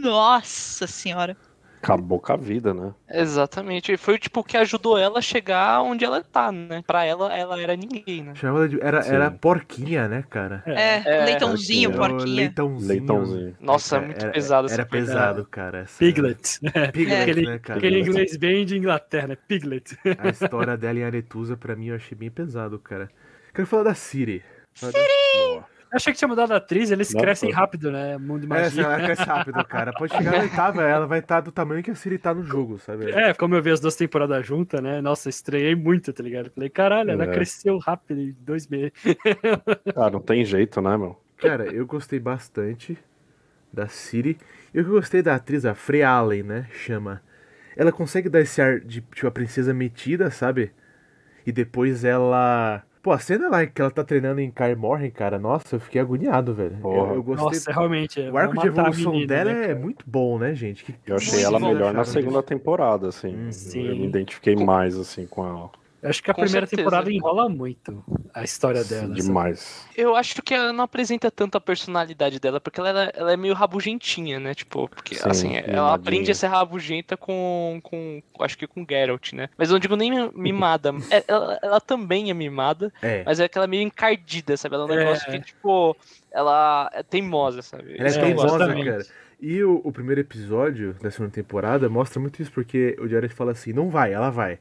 Nossa senhora. Acabou com a vida, né? Exatamente. E foi tipo o que ajudou ela a chegar onde ela tá, né? Pra ela, ela era ninguém, né? Chamava ela de. Era, É. Sim. era porquinha, né, cara? É, É, leitãozinho, é, Era o porquinha. Leitãozinho. Leitãozinho. Nossa, é muito pesado essa Era parte. pesado, cara. essa- Piglet. É. Piglet, Aquele- né, cara? Aquele inglês bem de Inglaterra, né? Piglet. A história dela em Aretusa, pra mim, eu achei bem pesado, cara. Quero falar da Siri. Eu achei que tinha mudado a atriz, eles Nossa. crescem rápido, né? Mundo É, assim, magia. ela cresce rápido, cara. Pode chegar na oitava, ela vai estar do tamanho que a Siri tá no jogo, sabe? É, como eu vi as duas temporadas juntas, né? Nossa, estranhei muito, tá ligado? Falei, caralho, ela É. cresceu rápido em dois meses. Ah, não tem jeito, né, meu? Cara, eu gostei bastante da Siri. E o que eu gostei da atriz, a Freya Allen, né? Chama. Ela consegue dar esse ar de, tipo, a princesa metida, sabe? E depois ela. Pô, a cena lá que ela tá treinando em Kai Morhen, cara, nossa, eu fiquei agoniado, velho. Porra. Eu, eu gostei. Nossa, realmente. é, o arco vai de matar a evolução menina, dela né, é cara? muito bom, né, gente? Que- Eu achei Muito ela bom, melhor cara, na gente. segunda temporada, assim. Uhum. Eu me Sim. identifiquei mais, assim, com ela. Eu acho que a Com primeira certeza. temporada enrola muito a história dela. assim, sabe? Demais. Eu acho que ela não apresenta tanto a personalidade dela, porque ela, era- ela é meio rabugentinha, né? Tipo, porque Sim, assim, mimadinha. ela aprende a ser rabugenta com, com. Acho que com Geralt, né? Mas eu não digo nem mimada. É, ela, ela também é mimada, É. mas é aquela meio encardida, sabe? Ela é um É. negócio que, tipo, ela é teimosa, sabe? Ela é Isso que eu gosto. teimosa, exatamente. cara. E o, o primeiro episódio da segunda temporada mostra muito isso, porque o Jared fala assim, não vai, ela vai.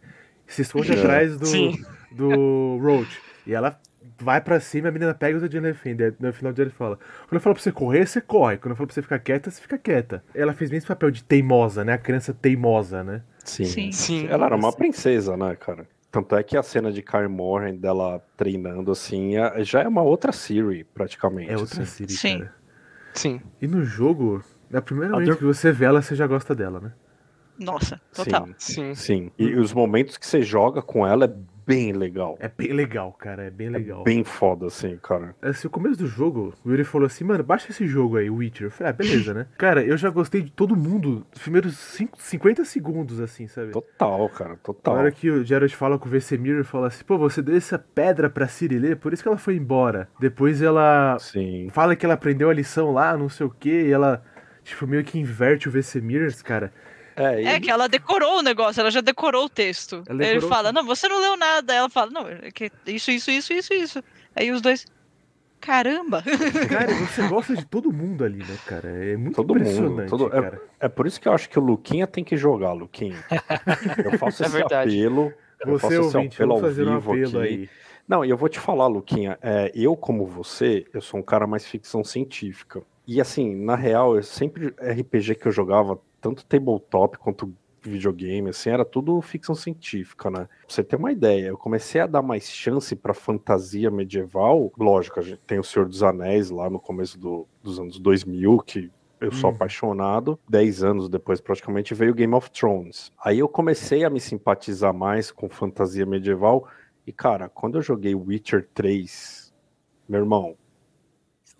Se esconde É. atrás do, Sim. do Roach. E ela vai pra cima, a menina pega e o Jared defende. Aí, No final o Jared fala, quando eu falo pra você correr, você corre. Quando eu falo pra você ficar quieta, você fica quieta. Ela fez bem esse papel de teimosa, né? A criança teimosa, né? Sim. Sim. Sim. Ela era uma princesa, né, cara? Tanto é que a cena de Kai Morhen dela treinando, assim, é- já é uma outra Siri, praticamente. É outra assim. série, Sim. cara. Sim. E no jogo, na primeira A vez Dur- que você vê ela, você já gosta dela, né? Nossa, total. Sim, Sim. sim. E os momentos que você joga com ela é bem legal. É bem legal, cara. É bem legal. Bem foda, assim, cara. Assim, o começo do jogo, o Yuri falou assim, mano, baixa esse jogo aí, Witcher. Eu falei, ah, beleza, né? Cara, eu já gostei de todo mundo, os primeiros cinco- 50 segundos, assim, sabe? Total, cara, Na total. hora que o Geralt fala com o Vesemir e fala assim, pô, você deu essa pedra pra Cirilê, por isso que ela foi embora. Depois ela Sim. fala que ela aprendeu a lição lá, não sei o quê, e ela, tipo, meio que inverte o Vesemir, cara. É, É que ela decorou o negócio, ela já decorou o texto. Ela Aí Ele decorou fala, não, você não leu nada. Aí Ela fala, não, é que isso, isso, isso, isso, isso. Aí os dois, caramba. Cara, você gosta de todo mundo ali, né, cara? É muito Todo mundo, impressionante, todo- é- cara. É por isso que eu acho que o Luquinha tem que jogar, Luquinha. Eu faço É esse verdade. apelo. eu faço Você, esse ouvinte, apelo vamos ao fazer um vivo apelo aqui. aí. Não, e eu vou te falar, Luquinha, é, eu, como você, eu sou um cara mais ficção científica. E assim, na real, eu sempre RPG que eu jogava, tanto tabletop quanto videogame, assim, era tudo ficção científica, né? Pra você ter uma ideia, eu comecei a dar mais chance pra fantasia medieval. Lógico, a gente tem o Senhor dos Anéis lá no começo do- dos anos 2000, que eu sou Hum. apaixonado. Dez anos depois, praticamente, veio Game of Thrones. Aí eu comecei a me simpatizar mais com fantasia medieval. E, cara, quando eu joguei Witcher 3, meu irmão,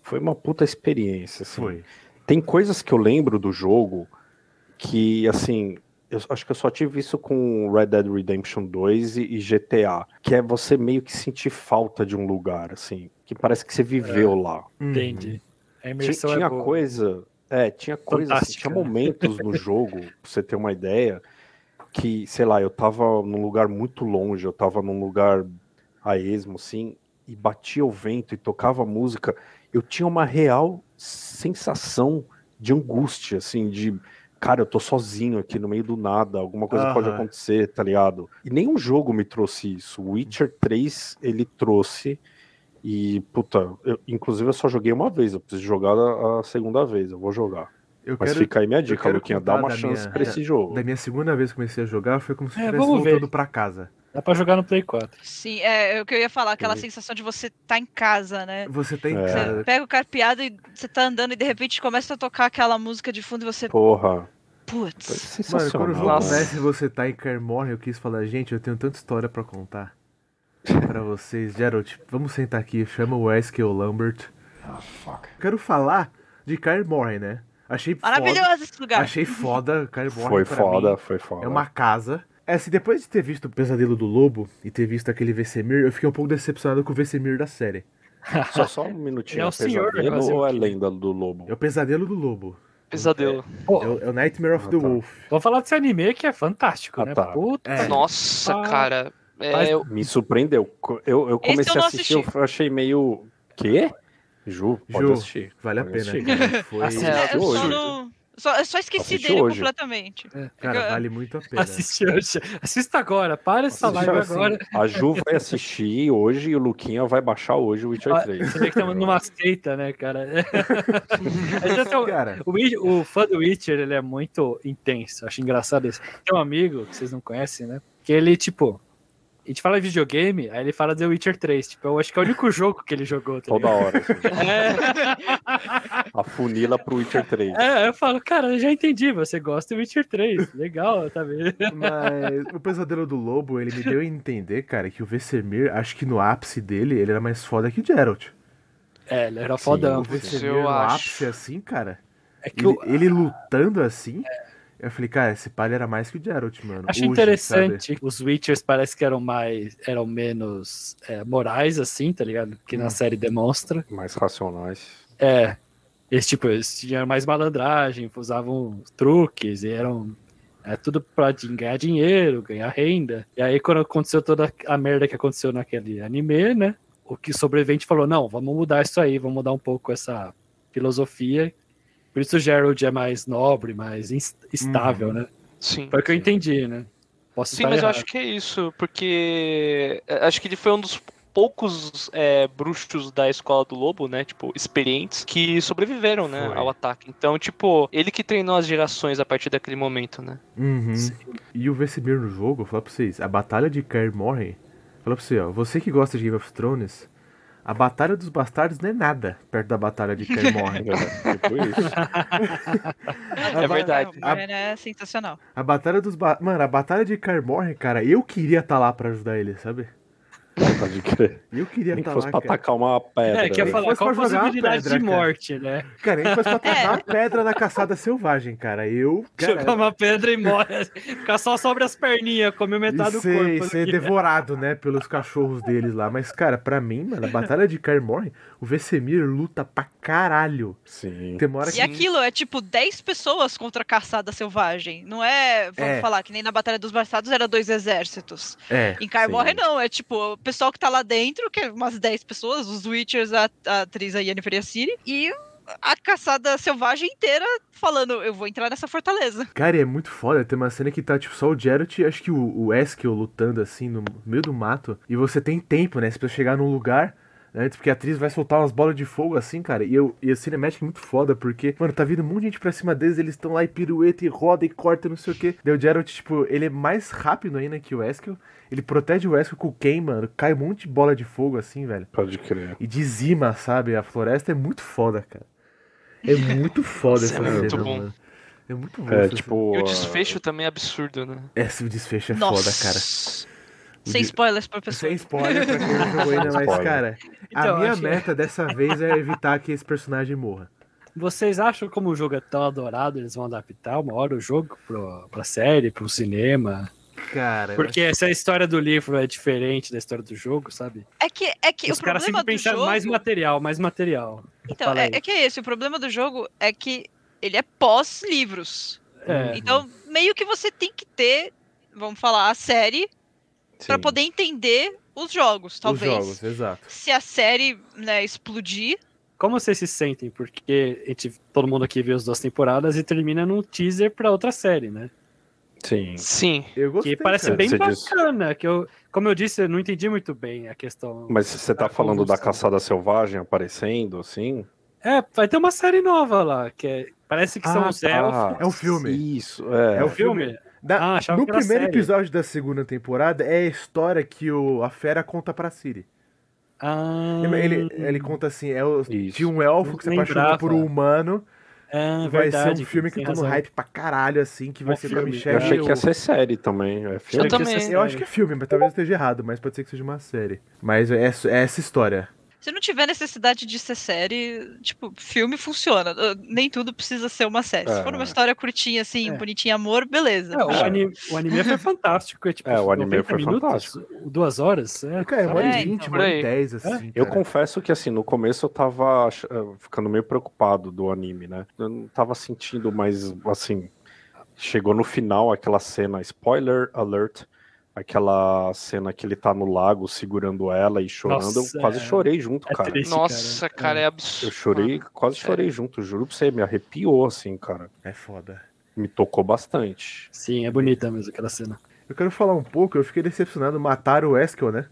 foi uma puta experiência. Assim. Foi. Tem coisas que eu lembro do jogo que, assim, eu acho que eu só tive isso com Red Dead Redemption 2 e, e GTA, que é você meio que sentir falta de um lugar, assim, que parece que você viveu lá. Uhum. Entendi. A Ti- É, imersão Tinha, é boa. coisa, é, tinha coisa, assim, Fantástica, tinha né? momentos no jogo, pra você ter uma ideia, que, sei lá, eu tava num lugar muito longe, eu tava num lugar a esmo, assim, e batia o vento e tocava música, eu tinha uma real sensação de angústia, assim, de cara, eu tô sozinho aqui no meio do nada, alguma coisa pode Aham. acontecer, tá ligado? E nenhum jogo me trouxe isso. O Witcher 3, ele trouxe. E, puta, eu- inclusive eu só joguei uma vez, eu preciso jogar a, a segunda vez, eu vou jogar. Eu Mas quero fica aí minha eu dica, quero Luquinha, contar dá uma da chance minha- é, pra esse jogo. Da minha segunda vez que comecei a jogar, foi como se É, estivesse vamos ver. voltando pra casa. Dá pra jogar no Play 4. Sim, é, é o que eu ia falar, aquela Sim. sensação de você tá em casa, né? Você tá em É. Você casa. pega o carpeado e você tá andando e de repente começa a tocar aquela música de fundo e você, Porra, foi putz. Mano, É sensacional. quando o jogo Nossa. começa e você tá em Carmore, eu quis falar, gente, eu tenho tanta história pra contar pra vocês. Geralt, vamos sentar aqui, chama o Wesker ou o Lambert. Quero falar de Carmore, né? Achei foda. Maravilhoso esse lugar. Achei foda, Carmore. Foi pra foda, mim. foi foda. É uma casa. É, assim, depois de ter visto o Pesadelo do Lobo e ter visto aquele Vesemir, eu fiquei um pouco decepcionado com o Vesemir da série. Só, só um minutinho. É o senhor, pesadelo quase. ou é lenda do lobo? É o Pesadelo do Lobo. Pesadelo. Pô, É o, é o Nightmare of Ah, the tá. Wolf. vou falar desse anime que é fantástico, Ah, né? tá. Puta. É. Nossa, Ah. cara. É, Mas- eu- Me surpreendeu. Co- Eu, eu Esse eu comecei não a assistir, eu f- achei meio. Quê? Ju, pode Ju, assistir. Vale a pode pena. assistir. Cara. Foi... Assim, É, É, eu hoje. só não. Só, eu só esqueci Assiste dele hoje. completamente. Cara, vale muito a pena. Assiste hoje. Assista agora. Para essa Assiste live assim. agora. A Ju vai assistir hoje e o Luquinha vai baixar hoje o Witcher Ah, 3. Você vê que estamos numa seita, né, cara? Aí já tem um- Cara, O, Witch- o fã do Witcher, ele é muito intenso. Acho engraçado isso. Tem um amigo, que vocês não conhecem, né? Que ele, tipo, a gente fala em videogame, aí ele fala The Witcher 3. Tipo, eu acho que é o único jogo que ele jogou. Tá Toda ligado? hora. assim. É, A funila pro Witcher 3. é, eu falo, cara, eu já entendi, você gosta do Witcher 3. Legal, tá vendo? Mas o Pesadelo do Lobo, ele me deu a entender, cara, que o Vesemir, acho que no ápice dele, ele era mais foda que o Geralt. É, ele era Sim. O fodão. Vesemir eu no acho. ápice, assim, cara, É que ele, eu ele lutando assim, eu falei, cara, esse palha era mais que o Geralt, mano. acho Hoje, sabe? interessante. Os Witchers parece que eram mais. eram menos é, morais, assim, tá ligado? Que na série demonstra. Mais racionais. É. Eles, tipo, eles tinham mais malandragem, usavam truques e eram. É tudo pra din- ganhar dinheiro, ganhar renda. E aí, quando aconteceu toda a merda que aconteceu naquele anime, né? O que sobrevivente falou: não, vamos mudar isso aí, vamos mudar um pouco essa filosofia. Por isso o Gerald é mais nobre, mais ins- estável, né? Sim. Foi o que eu entendi, né? Posso Sim, estar mas eu errado. acho que é isso, porque é, acho que ele foi um dos poucos é, bruxos da escola do lobo, né? Tipo, experientes, que sobreviveram, né? Foi. Ao ataque. Então, tipo, ele que treinou as gerações a partir daquele momento, né? Uhum. E o Vesemir no jogo, vou falar pra vocês, a Batalha de Kaer Morhen, falar pra você, ó, você que gosta de Game of Thrones, a Batalha dos Bastardos não é nada perto da Batalha de Kaer Morhen. Tipo isso. É verdade. Não, mas é sensacional. A Batalha dos ba... Mano, a Batalha de Kaer Morhen, cara, eu queria estar lá pra ajudar ele, sabe? Pode crer. Eu queria Nem que estar fosse lá, pra cara. atacar uma pedra. Tá É, que eu ia né? falar, Mas qual a pra jogar a possibilidade pedra, de cara. morte, né? Cara, nem que fosse pra É. tacar pedra na caçada selvagem, cara. Eu, cara, Jogar uma pedra e morre. Ficar só sobre as perninhas, comeu metade e do ser, corpo. ser devorado, né, pelos cachorros deles lá. Mas, cara, pra mim, mano, a batalha de Kaer Morhen, o Vesemir luta pra caralho. Sim. Tem uma hora que... E aquilo é tipo 10 pessoas contra a caçada selvagem. Não é, vamos É. falar, que nem na Batalha dos Bastardos era dois exércitos. É, Em Carmorre Sim. não, é tipo, o pessoal que tá lá dentro, que é umas 10 pessoas, os Witchers, a, a atriz a Yennefer Yassiri, e a caçada selvagem inteira falando, eu vou entrar nessa fortaleza. cara, e é muito foda. Tem uma cena que tá, tipo, só o Geralt e acho que o, o Eskel lutando, assim, no meio do mato. E você tem tempo, né, se pra chegar num lugar... Antes, porque a atriz vai soltar umas bolas de fogo assim, cara. E, eu, e a cinemática é muito foda, porque, mano, tá vindo um monte de gente pra cima deles, eles estão lá e pirueta e roda e corta, não sei o quê. Daí o Geralt, tipo, ele é mais rápido ainda que o Eskel. Ele protege o Eskel com o Ken, mano. Cai um monte de bola de fogo assim, velho. Pode crer. E dizima, sabe? A floresta é muito foda, cara. É muito foda Isso essa é muito cena, bom. mano. É muito bom. É, essa tipo. E o ah, desfecho também é absurdo, né? cena. Esse desfecho é foda, cara. Sem spoilers pra pessoa. Sem spoiler pra quem não jogou ainda, mas, Spoiler. cara, Então, a minha acho- meta dessa vez é evitar que esse personagem morra. Vocês acham como o jogo é tão adorado, eles vão adaptar uma hora o jogo pro, pra série, pro cinema? Cara, eu Porque essa história do livro é diferente da história do jogo, sabe? É que, é que Os o caras problema sempre do pensaram jogo... mais material, mais material. Então, Fala é, aí. é que é esse, o problema do jogo é que ele é pós-livros. É, Então, meio que você tem que ter, vamos falar, a série pra ah, sim. poder entender os jogos, talvez. Os jogos, exato. Se a série, né, explodir, como vocês se sentem? Porque a gente- todo mundo aqui vê as duas temporadas e termina num teaser pra outra série, né? Sim. Sim. Eu gostei, Que parece cara. bem Você disse. bacana. Que eu, como eu disse, eu não entendi muito bem a questão. Mas você tá A falando da convulsão. caçada selvagem aparecendo, assim? É, vai ter uma série nova lá, que é- parece que são Ah, os tá. elfos. É um filme. Isso, É é. É um o filme? Da- Ah, achava no que era primeiro série. episódio da segunda temporada é a história que o, a fera conta pra Siri. Ah, Ele, ele conta assim: é o, Isso. tinha um elfo Não que se apaixonou lembrava. por um humano. ah, vai verdade, ser um filme que tem eu tô no razão. hype pra caralho, assim, que vai Bom ser com a filme. Michelle. Eu achei e que o- ia ser série também. É Eu filme? Eu queria também. ser Eu acho que é filme, mas talvez eu esteja errado, mas pode ser que seja uma série. Mas é, essa- é essa história. se não tiver necessidade de ser série, tipo, filme funciona. Uh, Nem tudo precisa ser uma série. Se É. for uma história curtinha, assim, É. bonitinha, amor, beleza. É, o, anime, o anime foi fantástico. É, tipo, É, o anime 90 foi minutos, Duas horas? É, Cara, é uma hora É, e vinte, então. uma hora Por e aí. dez, assim. Eu cara. confesso que, assim, no começo eu tava ach- eh, ficando meio preocupado do anime, né? Eu não tava sentindo, mas, assim, chegou no final aquela cena, spoiler alert, aquela cena que ele tá no lago segurando ela e chorando. Nossa, eu quase é- chorei junto, é cara. triste, É. Nossa, cara, é absurdo. Eu chorei, quase chorei junto, juro pra você, me arrepiou, assim, cara. É foda. Me tocou bastante. Sim, é bonita mesmo aquela cena. Eu quero falar um pouco, eu fiquei decepcionado. Mataram o Eskel, né?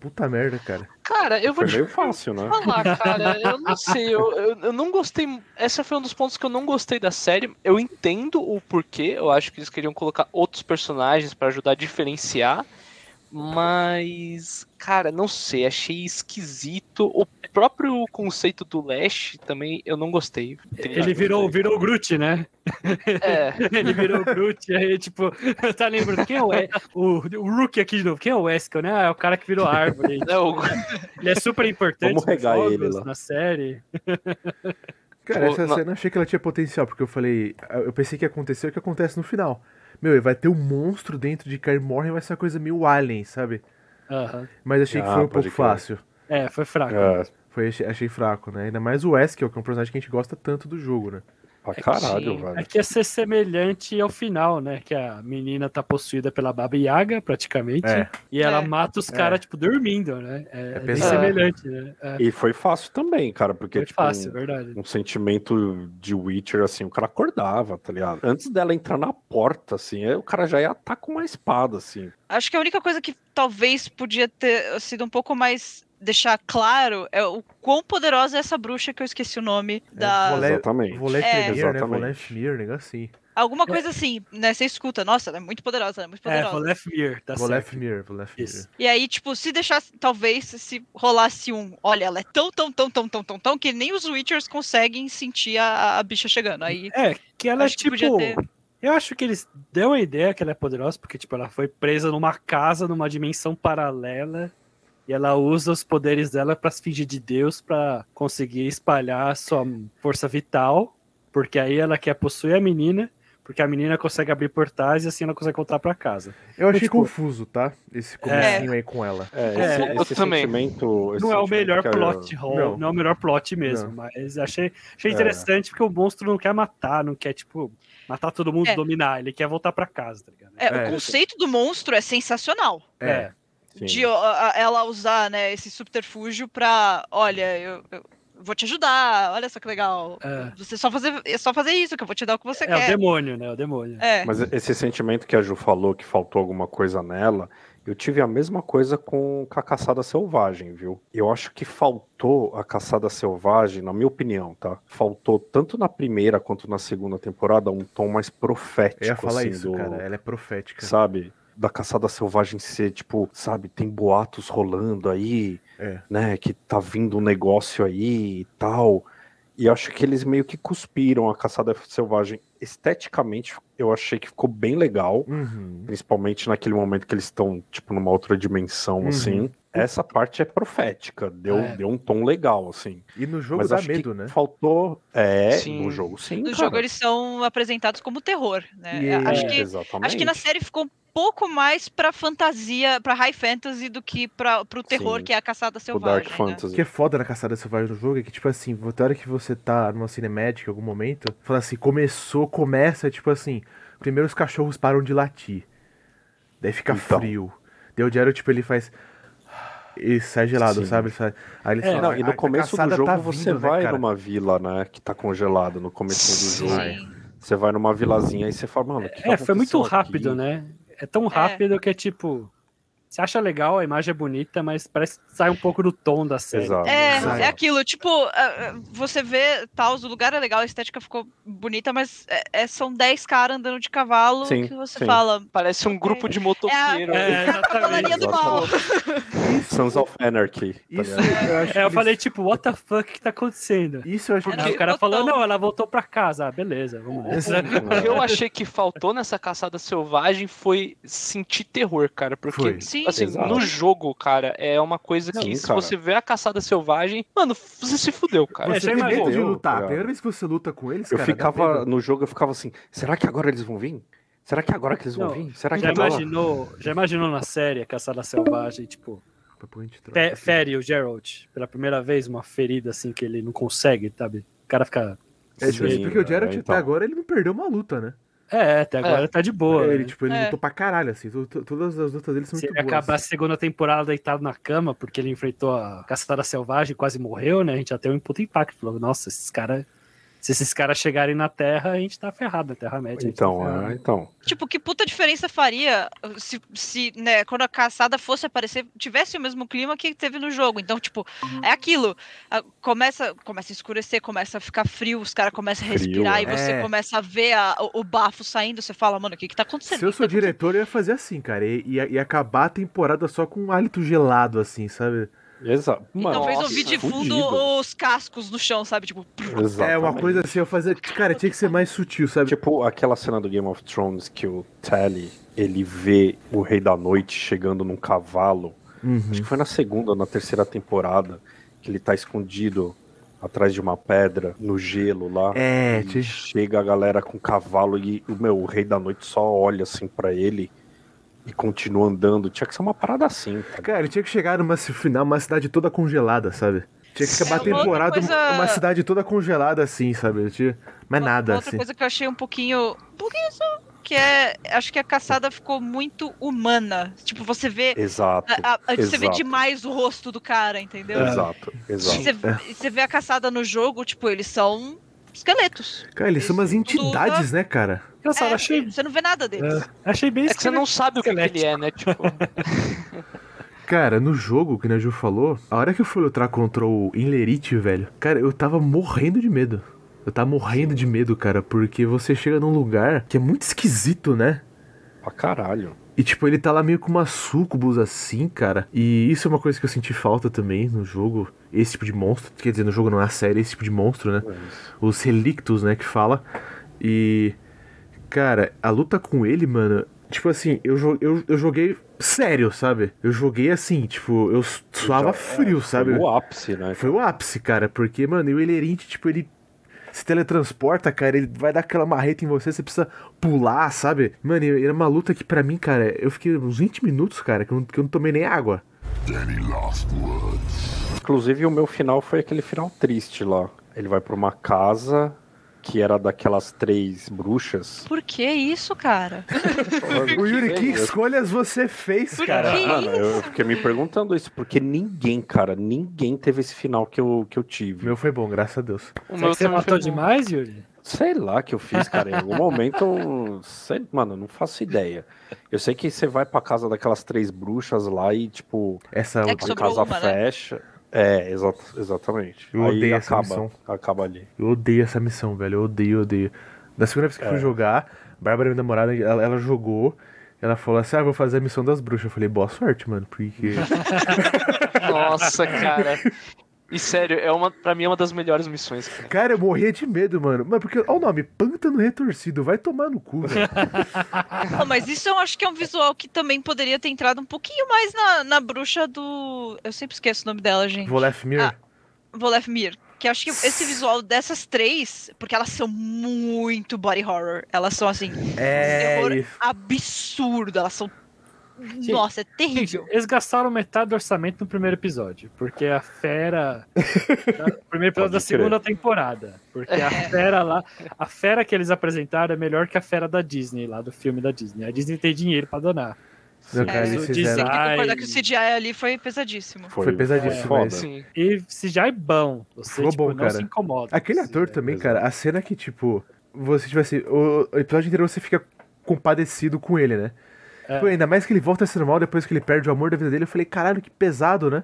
Puta merda, cara. Cara, eu vou Foi te meio fácil, né? falar, cara. Eu não sei. Eu, eu, eu não gostei. Esse foi um dos pontos que eu não gostei da série. Eu entendo o porquê. Eu acho que eles queriam colocar outros personagens pra ajudar a diferenciar. Mas, cara, não sei, achei esquisito. O próprio conceito do Lash também eu não gostei. Tem- Ele virou, virou o Groot, né? É, Ele virou o Groot, aí, tipo, tá lembrando quem é o, E- o, o Rookie aqui de novo? Quem é o Wesker, né? Ah, É o cara que virou árvore. é o- Ele é super importante Vamos nos regar ele jogos, lá. na série. Cara, Tipo, essa na- cena eu achei que ela tinha potencial, porque eu falei, eu pensei que ia acontecer o que acontece no final. Meu, e vai ter um monstro dentro de Kair Morhen, vai ser uma coisa meio alien, sabe? Aham. Mas achei que Ah, foi um pode pouco crer. fácil. É, foi fraco. É, Foi, achei, achei fraco, né? Ainda mais o Eskel, que é um personagem que a gente gosta tanto do jogo, né? pra que sim. caralho, É velho. que ia ser semelhante ao final, né? Que a menina tá possuída pela Baba Yaga, praticamente. É. E ela É. mata os caras, tipo, dormindo, né? É, é bem pesado. semelhante, né? É, E foi fácil também, cara, porque, foi tipo, fácil, é né? verdade. um sentimento de Witcher, assim, o cara acordava, tá ligado? Antes dela entrar na porta, assim, aí o cara já ia estar com uma espada, assim. Acho que a única coisa que talvez podia ter sido um pouco mais deixar claro é o quão poderosa é essa bruxa que eu esqueci o nome É, da Volé- Exatamente. Volé É. Premier, né? Exatamente. Volé Premier, negócio assim. alguma coisa assim, né? Você escuta, nossa, ela é muito poderosa, ela é muito É, poderosa. Volefmir, tá Volé certo. Premier, Volé Premier. Isso. E aí, tipo, se deixasse, talvez, se rolasse um, olha, ela é tão, tão, tão, tão, tão, tão, tão, que nem os Witchers conseguem sentir a, a bicha chegando. Aí, É, que ela é Acho que tipo. podia ter. Eu acho que eles deu a ideia que ela é poderosa, porque, tipo, ela foi presa numa casa, numa dimensão paralela. E ela usa os poderes dela pra se fingir de Deus, pra conseguir espalhar a sua força vital. Porque aí ela quer possuir a menina, porque a menina consegue abrir portais e assim ela consegue voltar pra casa. Eu achei Tipo- confuso, tá? Esse comecinho aí com ela. É, É, esse, eu esse também. sentimento... esse não é o sentimento melhor que a- plot hole, não. Não. é o melhor plot mesmo, mas achei, achei É. interessante porque o monstro não quer matar, não quer, tipo, matar todo mundo, É. dominar, ele quer voltar pra casa, tá ligado? é, É. o conceito do monstro é sensacional. É. Sim. De ó, a- a- ela usar, né, esse subterfúgio pra, olha, eu, eu vou te ajudar, olha só que legal. É. Você só fazer, é só fazer isso que eu vou te dar o que você É, o quer. demônio, né? O demônio. É. Mas esse sentimento que a Ju falou, que faltou alguma coisa nela, eu tive a mesma coisa com com a Caçada Selvagem, viu? Eu acho que faltou a Caçada Selvagem, na minha opinião, tá? Faltou tanto na primeira quanto na segunda temporada um tom mais profético. Eu ia falar assim, isso, do- cara. Ela é profética. Sabe? Da Caçada Selvagem ser, tipo, sabe, tem boatos rolando aí, É. né? Que tá vindo um negócio aí e tal. E eu acho que eles meio que cuspiram a Caçada Selvagem. Esteticamente, eu achei que ficou bem legal. Uhum. Principalmente naquele momento que eles estão, tipo, numa outra dimensão, Uhum. assim. Essa parte é profética. Deu, É. deu um tom legal, assim. E no jogo Mas dá acho que medo, né? faltou... É, Sim. no jogo, sim, No cara. jogo eles são apresentados como terror, né? E- Acho É, que Exatamente. Acho que na série ficou um pouco mais pra fantasia, pra high fantasy do que pra, pro terror Sim. que é a caçada O selvagem. Tipo, Dark né? O Fantasy. que é foda na Caçada Selvagem no jogo é que, tipo assim, até hora que você tá numa cinemática em algum momento, fala assim, começou, começa, tipo assim, primeiro os cachorros param de latir. Daí fica Então. frio. Daí o Diário, tipo, ele faz. E sai gelado, Sim. sabe? Ele sai- Aí ele É, fala, Não, e "A- no a começo do caçada jogo tá você vindo, né, vai cara?" numa vila, né? Que tá congelada no começo do Sim. jogo. Você vai numa vilazinha e você fala, mano, o que que É, foi muito aconteceu rápido, aqui? né? É tão rápido que é tipo. Você acha legal, a imagem é bonita, mas parece que sai um pouco do tom da série. Exato. É, Exato. é aquilo, tipo, ah, ah, você vê, tal, o lugar é legal, a estética ficou bonita, mas é- é- são 10 caras andando de cavalo Sim, que você sim. fala. parece um grupo de motoqueiro. É, Cavalaria exatamente. do mal. Sons of Anarchy. tá Isso ligado? eu acho que É, eu eles- falei, É, tipo, what the fuck que tá acontecendo? Isso eu acho Era Aí que. o cara Botão. falou, não, ela voltou pra casa. Ah, beleza, vamos nessa. O que eu achei que faltou nessa caçada selvagem foi sentir terror, cara. Porque, Foi. Sim. assim, Exato. no jogo, cara, é uma coisa que Sim, se cara. você vê a caçada selvagem, mano, você se fudeu, cara. É, Você já tem medo de imaginou, lutar. cara. A primeira vez que você luta com eles, Eu cara. dá ficava, medo. no jogo eu ficava assim, será que agora eles vão vir? Será que agora que eles vão Não, vir? Será que Já agora? imaginou, já imaginou na série a Caçada Selvagem, tipo, Papo a gente troca. fe- fere o Gerald pela primeira vez, uma ferida assim que ele não consegue, sabe? O cara fica. É, tipo, Sim, porque o Geralt até é, então. agora ele não perdeu uma luta, né? É, até agora tá de boa. ele, né? tipo, ele É. lutou pra caralho, assim. to- to- Todas as lutas dele são Se muito ele boas. acabar a segunda temporada deitado na cama, porque ele enfrentou a caçadora selvagem e quase morreu, né? A gente já tem um puta impacto. Falou, nossa, esses caras Se esses caras chegarem na Terra, a gente tá ferrado, a Terra-média. a gente tá ferrado. Então, é, então. Tipo, que puta diferença faria uh, se, se né, quando a caçada fosse aparecer, tivesse o mesmo clima que teve no jogo. Então, tipo, é aquilo. A- Começa, começa a escurecer, começa a ficar frio, os caras começam a Frio, respirar e é. você começa a ver a- o, o bafo saindo. Você fala, mano, o que que tá acontecendo? Se eu sou diretor, eu ia fazer assim, cara. E, e- e acabar a temporada só com um hálito gelado, assim, sabe? Exato. Então, talvez nossa, ouvir de fundo os cascos no chão, sabe? Tipo, É uma coisa assim, eu fazer. Cara, tinha que ser mais sutil, sabe? Tipo aquela cena do Game of Thrones que o Tally ele vê o Rei da Noite chegando num cavalo. Uhum. Acho que foi na segunda ou na terceira temporada que ele tá escondido atrás de uma pedra no gelo lá. É, E tinha- chega a galera com cavalo e o meu o Rei da Noite só olha assim pra ele e continua andando. Tinha que ser uma parada assim. cara. Cara, tinha que chegar numa ci- final, uma cidade toda congelada, sabe? Tinha que acabar a É, uma outra temporada, coisa- uma cidade toda congelada, assim, sabe? Tinha... Mas Uma- nada, outra assim. coisa que eu achei um pouquinho. Um pouquinho só. Que é. Acho que a caçada ficou muito humana. Tipo, você vê. Exato. a- a- você vê exato. demais o rosto do cara, entendeu? Tipo, Exato, exato. Você, você vê a caçada no jogo, tipo, eles são esqueletos. Cara, eles são umas entidades, né, cara? Engraçado, É, achei, Você não vê nada deles. é, achei bem É que você não sabe o que, que ele é, né? Tipo, Cara, no jogo, que o Ju falou, a hora que eu fui lutar contra o Inlerite, velho, cara, eu tava morrendo de medo. Eu tava morrendo de medo, cara, porque você chega num lugar que é muito esquisito, né? Pra caralho. E tipo, ele tá lá meio com uma sucubus assim, cara. E isso é uma coisa que eu senti falta também no jogo. Esse tipo de monstro. Quer dizer, no jogo não é a série, esse tipo de monstro, né? Os relictos, né, que fala. E. Cara, a luta com ele, mano. Tipo assim, eu, jo- eu, eu joguei sério, sabe? Eu joguei assim, tipo, eu su- suava Já- frio, sabe? Foi o ápice, né? Foi o ápice, cara, porque, mano, e o Elerinte, tipo, ele se teletransporta, cara, ele vai dar aquela marreta em você, você precisa pular, sabe? Mano, e era uma luta que pra mim, cara, eu fiquei uns 20 minutos, cara, que eu não, que eu não tomei nem água. Inclusive, o meu final foi aquele final triste lá. Ele vai pra uma casa que era daquelas três bruxas. Por que isso, cara? O Yuri, que Eu- escolhas você fez, Por cara? que Tá. Mano, isso? eu fiquei me perguntando isso, porque ninguém, cara, ninguém teve esse final que eu, que eu tive. Meu foi bom, graças a Deus. o Será meu que você também matou foi bom. demais, Yuri? Sei lá que eu fiz, cara. Em algum momento, eu- sei, mano, não faço ideia. Eu sei que você vai pra casa daquelas três bruxas lá e, tipo, Essa É outra. que a Sobrou casa uma, né? fecha. É, exa- exatamente. Eu Aí odeio essa acaba, missão. acaba ali. Eu odeio essa missão, velho. Eu odeio, eu odeio. Da segunda vez que eu É. fui jogar, Bárbara, minha namorada, ela, ela jogou. Ela falou assim: Ah, eu vou fazer a missão das bruxas. Eu falei, boa sorte, mano, porque. Nossa, cara. E sério, é uma, pra mim é uma das melhores missões. Cara. Cara, eu morria de medo, mano. Mas porque, olha o nome, pântano retorcido, vai tomar no cu, velho. Pô, mas isso eu acho que é um visual que também poderia ter entrado um pouquinho mais na, na bruxa do. Eu sempre esqueço o nome dela, gente. Volefmir. Ah, Volefmir. Que acho que esse visual dessas três, porque elas são muito body horror. Elas são assim, é. terror isso. absurdo. Elas são. Nossa, é Gente, terrível. eles gastaram metade do orçamento no primeiro episódio, porque a fera. da- primeiro episódio Pode da crer. segunda temporada. Porque a fera lá. A fera que eles apresentaram é melhor que a fera da Disney, lá do filme da Disney. A Disney tem dinheiro pra donar. Não, cara, É, eles o Tem fizeram. que concordar Ai. que o CGI ali foi pesadíssimo. Foi pesadíssimo, foda. mas- Sim. E se já é bom, você Ficou tipo, bom, não cara. se incomoda. assim, né? Aquele Você- ator também, exato. cara, a cena que, tipo, você, tipo assim, o o episódio inteiro você fica compadecido com ele, né? É. Pô, ainda mais que ele volta a ser normal depois que ele perde o amor da vida dele. Eu falei, caralho, que pesado, né?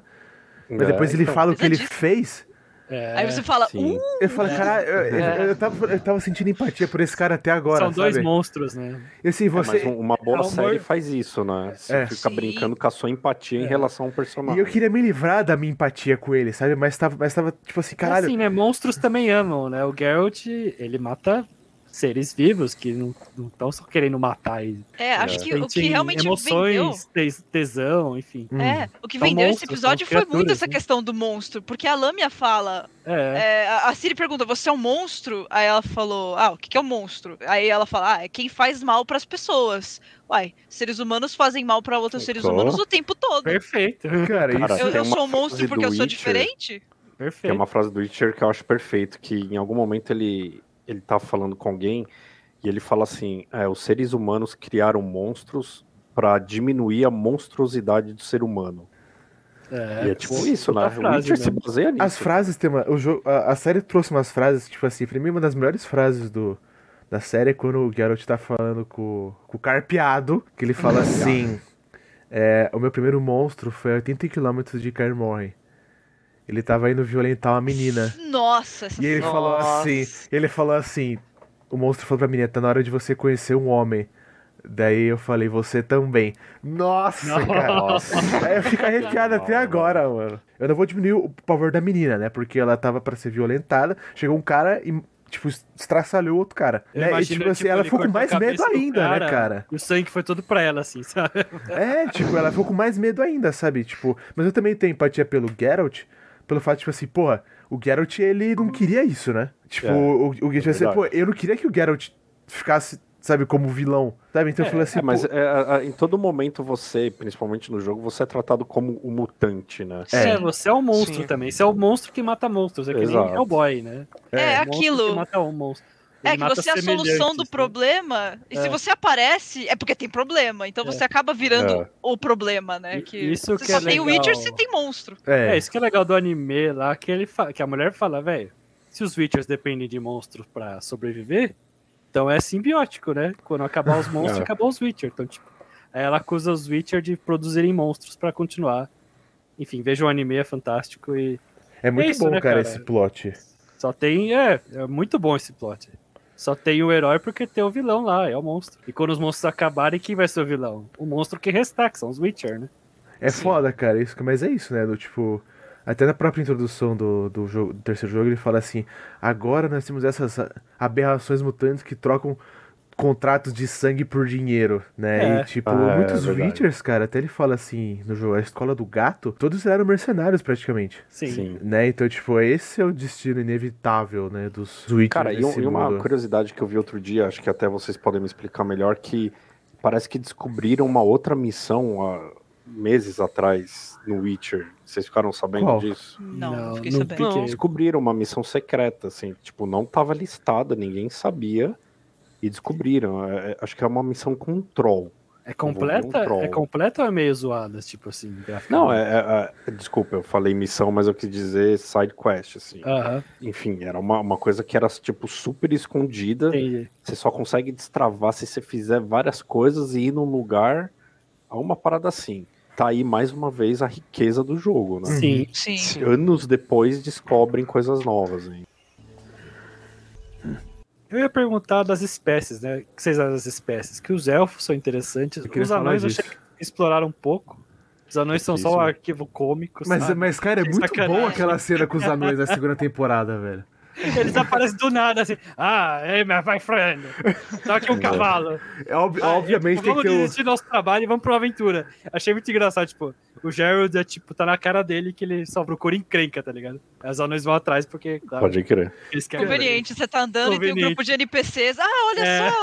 Mas É, depois ele fala o que ele Pesadíssimo. fez. É, Aí você fala, sim. uh, Eu falo, caralho, eu, eu- eu tava, eu tava sentindo empatia por esse cara até agora, são dois sabe? monstros, né? E assim, É, você, mas um- uma boa É, o humor- série faz isso, né? Você É. fica Sim. brincando com a sua empatia em relação ao E personagem. eu queria me livrar da minha empatia com ele, sabe? Mas tava, mas tava tipo assim, É caralho. Assim, né? Monstros também amam, né? O Geralt, ele mata seres vivos que não estão só querendo matar e é, acho que o que Sentem realmente vendeu. emoções, tes- tesão, enfim. hum, É, o que São vendeu esse monstros, episódio são foi muito criaturas, essa né? questão do monstro, porque a Lâmia fala, É. É, a a Siri pergunta: Você é um monstro? Aí ela falou: Ah, o que, que é um monstro? Aí ela fala: Ah, é quem faz mal pras pessoas. Uai, seres humanos fazem mal pra outros seres Claro. humanos o tempo todo. Perfeito, Cara, Cara, isso. Eu, Tem eu uma sou um monstro frase porque do eu sou Witcher. diferente? Tem perfeito. é uma frase do Witcher que eu acho perfeito, que em algum momento ele, ele tá falando com alguém e ele fala assim, é, os seres humanos criaram monstros pra diminuir a monstruosidade do ser humano. É, E é tipo isso, né? a O frase Witcher se mesmo. baseia nisso. As frases tem uma. O jogo, a, a série trouxe umas frases, tipo assim, pra mim uma das melhores frases do, da série é quando o Geralt tá falando com, com o Carpeado, que ele fala assim. é, o meu primeiro monstro foi a 80 km de Carmorre. Ele tava indo violentar uma menina. Nossa, essa E ele cena. falou Nossa. assim, ele falou assim, o monstro falou pra menina, tá na hora de você conhecer um homem. Daí eu falei, você também. Nossa, cara. Aí eu fico arrepiado até agora, mano. Eu não vou diminuir o pavor da menina, né? Porque ela tava pra ser violentada, chegou um cara e, tipo, estraçalhou o outro cara. Eu Né? E, imagino, tipo assim, ela ele ficou com cortou a mais medo cabeça do ainda, né, cara? E o sangue foi todo pra ela, assim, sabe? É, tipo, ela ficou com mais medo ainda, sabe? Tipo, mas eu também tenho empatia pelo Geralt, pelo fato, tipo assim, porra, o Geralt, ele não queria isso, né? Tipo, É, o, o, o tipo assim, verdade. pô, eu não queria que o Geralt ficasse, sabe, como vilão, sabe? Então eu falei assim, É, mas tipo- pô, é, a- a- em todo momento você, principalmente no jogo, você é tratado como o mutante, né? É. É, você é um monstro Sim. também. Você é o monstro que mata monstros. É que Exato. nem Hellboy, né? É, É, monstro que aquilo. mata um monstro. É Ele que mata você é a solução semelhantes, do né? problema. E se É. você aparece, é porque tem problema. Então você acaba virando É. o problema, né? I- Que isso você que só é tem legal. Witcher, você tem monstro. é, É, isso que é legal do anime lá, que, ele fa- que a mulher fala, velho, se os Witchers dependem de monstros pra sobreviver, então é simbiótico, né? Quando acabar os monstros, É. acabou os Witcher. Então, tipo, aí ela acusa os Witcher de produzirem monstros pra continuar. Enfim, veja o anime, é fantástico e é muito é isso, bom, né, cara, cara? esse plot. só tem... É, é muito bom esse plot. Só tem o herói porque tem o vilão lá, é o monstro. E quando os monstros acabarem, quem vai ser o vilão? O monstro que restar, que são os Witcher, né? É foda, cara, isso, que- mas é isso, né, do tipo... Até na própria introdução do, do, jogo, do terceiro jogo, ele fala assim: agora nós temos essas aberrações mutantes que trocam contratos de sangue por dinheiro, né? É. E, tipo, Ah, é muitos verdade. Witchers, cara, até ele fala assim no jogo: a escola do gato, todos eram mercenários praticamente. Sim. Né? Então, tipo, esse é o destino inevitável, né? Dos Witchers. Cara, e, um- desse e uma mundo. curiosidade que eu vi outro dia, acho que até vocês podem me explicar melhor, que parece que descobriram uma outra missão há meses atrás no Witcher. Vocês ficaram sabendo Qual? disso? Não, Não, fiquei não sabendo. fiquei. Descobriram uma missão secreta, assim, tipo, não tava listada, ninguém sabia. E descobriram. É, é, acho que é uma missão com um troll. É Vou completa, ver um troll. é completa ou é meio zoada, tipo assim, graficamente? Não, é, é- é- Desculpa, eu falei missão, mas eu quis dizer side quest, assim. Ah. Aham, Enfim, era uma, uma coisa que era, tipo, super escondida. entendi. Você só consegue destravar se você fizer várias coisas e ir num lugar a uma parada assim. Tá aí mais uma vez a riqueza do jogo, né? Uhum. Sim. Sim. Sim. Anos depois descobrem coisas novas, hein? Eu ia perguntar das espécies, né? O que vocês acham das espécies? Que os elfos são interessantes, Eu queria os falar anões eu disso. achei que exploraram um pouco. Os anões são só um Difícil, né? arquivo cômico, Mas, sabe? mas, cara, é Que muito sacanagem. boa aquela cena com os anões da segunda temporada, velho. é Eles aparecem do nada, assim, ah, é, mas vai, friend, toque um cavalo. É, ob- Ah, obviamente tipo, tem que vamos ter o. desistir do nosso trabalho e vamos pra uma aventura. Achei muito engraçado, tipo, o Gerald é, tipo, tá na cara dele que ele só procura encrenca, tá ligado? Aí Os anões vão atrás porque, claro, Pode crer. eles querem... Conveniente, você tá andando e tem um Conveniente. grupo de NPCs. Ah, olha É. só!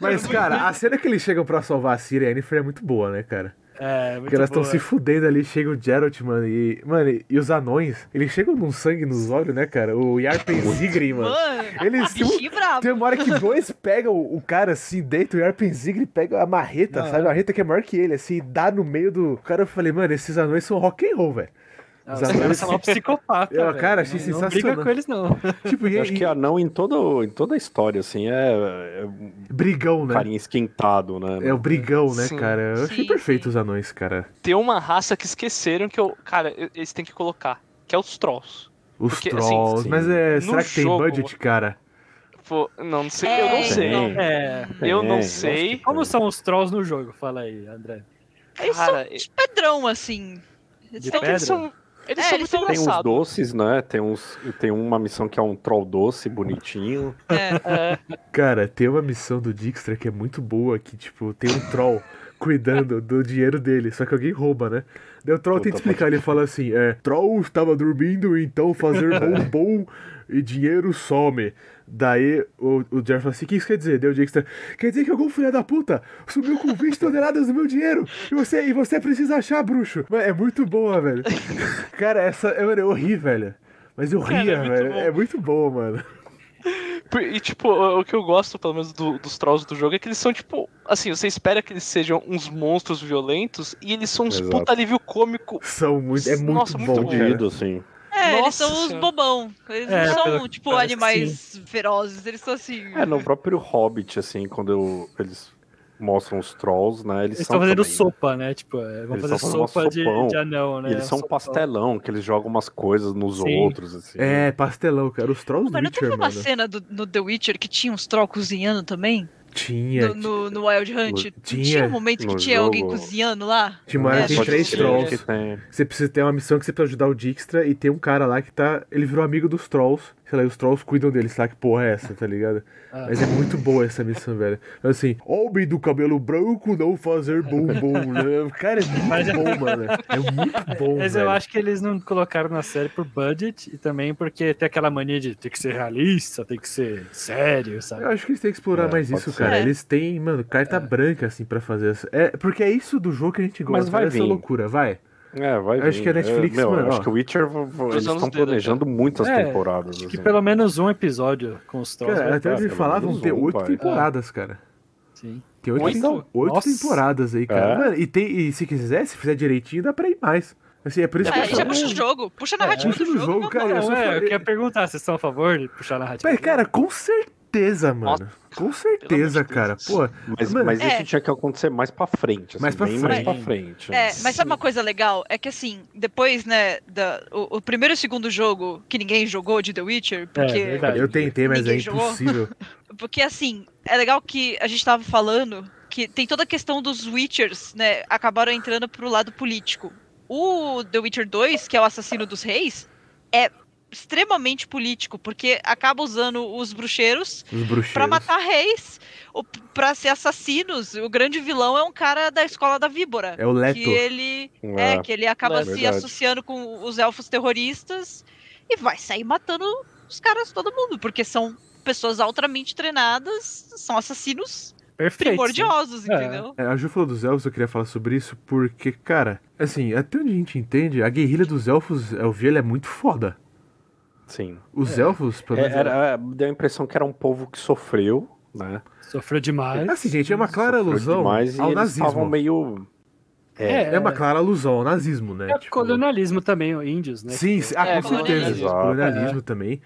Mas, cara, a cena que eles chegam pra salvar a Ciri e a Yennefer é muito boa, né, cara? É, muito Porque elas estão boa. se fudendo ali, chega o Geralt, mano, e. Mano, e, e os anões, eles chegam num sangue nos olhos, né, cara? O Yarpen Zigri, mano. Mano, Eles têm um- Ah, bichinho brabo. Tem uma hora que dois pegam o, o cara assim, dentro, o Yarpen Zigri pega a marreta, sabe? A marreta que é maior que ele, assim, e dá no meio do. Cara, eu falei, mano, esses anões são rock and roll, velho. Ah, os Os anões- caras são um psicopata. Eu, velho. cara, achei não, não sensacional. briga com eles, não. Tipo, e, Eu acho que é e- anão em toda, em toda a história, assim, é, é um brigão, né? carinha esquentado, né? É o brigão, né, Sim. cara? Eu achei Sim, perfeito sim. os anões, cara. Tem uma raça que esqueceram que eu. Cara, eu- eles têm que colocar. Que é os Trolls. Os Porque, assim, trolls. sim. mas é, No será que tem jogo- budget, cara? Pô, não, não sei. É, eu não então. sei. Tem. É. Eu não Tem. sei. Como são os trolls no jogo? Fala aí, André. Eles Cara, são uns pedrão, assim. Eles De têm- pedra? Eles são. Eles É, são eles muito são- Tem uns engraçados. doces, né? Tem, uns, tem uma missão que é um troll doce, bonitinho. é. É, Cara, tem uma missão do Dijkstra que é muito boa, que, tipo, tem um troll cuidando do dinheiro dele, só que alguém rouba, né? Daí o troll Puta, tenta explicar, ele fala assim, é, troll estava dormindo, então fazer bom bom e dinheiro some. Daí o, o Jared fala assim, o que isso quer dizer? Daí o Dijkstra, quer dizer que algum filho da puta sumiu com 20 toneladas do meu dinheiro e você, e você precisa achar, bruxo. Mano, é muito boa, velho. Cara, essa, eu, eu ri, velho. Mas eu Cara, ria, é muito velho. bom. É muito boa, mano. Por- E, tipo, o o que eu gosto, pelo menos, do- dos trolls do jogo é que eles são, tipo, assim, você espera que eles sejam uns monstros violentos e eles são uns Exato. puta alívio cômico. São muito. É muito Nossa, muito bom, bom. de ver. Fudido, assim. É, eles Nossa são os Senhora. bobão. Eles É, não são, pelo- tipo, parece que animais ferozes, eles são assim. É, no próprio Hobbit, assim, quando eu- eles mostram os trolls, né? Eles, Eles são estão fazendo também, né? sopa, né? Tipo, é, vão Eles fazer tão fazendo uma sopa de, sopão. de anão, né? E eles são um Sopão. pastelão, que eles jogam umas coisas nos Sim. outros, assim. É, pastelão, cara. Os trolls do Mas não teve Witcher, uma mano. cena do, no The Witcher que tinha uns trolls cozinhando também? Tinha. No, no- no Wild Hunt? Não Tinha. tinha um momento que No tinha alguém jogo. cozinhando lá? Tinha uma hora É, que tem acho três que- trolls. Que tem. Você precisa ter uma missão que você precisa ajudar o Dijkstra e tem um cara lá que tá. Ele virou amigo dos trolls. Sei lá, e os trolls cuidam dele, sabe que porra é essa, tá ligado? Ah. Mas é muito boa essa missão, velho. Assim, homem do cabelo branco não fazer bumbum, né? Cara, é Mas muito é- bom, mano. É muito bom, Mas velho. eu acho que eles não colocaram na série por budget e também porque tem aquela mania de ter que ser realista, tem que ser sério, sabe? Eu acho que eles têm que explorar É, mais pode isso, ser. cara. É. Eles têm, mano, É. carta branca, assim, pra fazer essa. É, porque é isso do jogo que a gente gosta. Mas vai essa vir. loucura, vai. É, vai Acho vir. que a Netflix, é, meu, mano, ó. Acho que o Witcher, v- v- eles Cruzando os estão dedos, planejando muitas É, temporadas. Acho que assim. pelo menos um episódio com os trolls. né? Cara, vai até ter, onde pelo falavam, menos tem um, oito pai. temporadas, cara. sim. Tem oito, Oito? tempo- oito Nossa. temporadas aí, cara. É? Mano, e, tem, e se quiser, se fizer direitinho, dá pra ir mais. Assim, é por isso Ah, que eu aí já falo- puxa o jogo, puxa a É, narrativa puxa do no jogo. jogo, vamos cara, lá. eu Não, só é, eu falei- queria perguntar, vocês estão a favor de puxar a narrativa? Mas, cara, com certeza, mano. Nossa, com certeza, pelo cara. amor de Pô, Mas, mano, mas É. isso tinha que acontecer mais pra frente. Assim, Mais pra bem frente. mais pra frente. assim. É, mas sabe uma coisa legal? É que assim, depois, né, da, o, o primeiro e o segundo jogo que ninguém jogou de The Witcher, porque tá verdade. eu tentei, mas Ninguém é jogou? impossível. Porque assim, é legal que a gente tava falando que tem toda a questão dos Witchers, né? Acabaram entrando pro lado político. O The Witcher 2, que é o assassino dos reis, é extremamente político, porque acaba usando os bruxeiros Os pra bruxeiros. matar reis, ou p- pra ser assassinos. O grande vilão é um cara da escola da víbora. É o Leto. Que ele. É, que ele acaba É se verdade. associando com os elfos terroristas e vai sair matando os caras, todo mundo, porque são pessoas altamente treinadas, são assassinos Perfeito. primordiosos, É. entendeu? É, a Ju falou dos elfos, eu queria falar sobre isso, porque, cara, assim, até onde a gente entende, a guerrilha dos elfos, eu vi, ela é muito foda. Sim. Os elfos, pelo É, menos. era- deu a impressão que era um povo que sofreu, né? Sofreu demais. Assim, gente, é uma clara Sofreu alusão demais e ao eles estavam nazismo. meio. É uma clara alusão ao nazismo, né? É Tipo, colonialismo também, os índios, né? Sim, sim, ah, É, com colonialismo. certeza. Exato. né? Colonialismo também.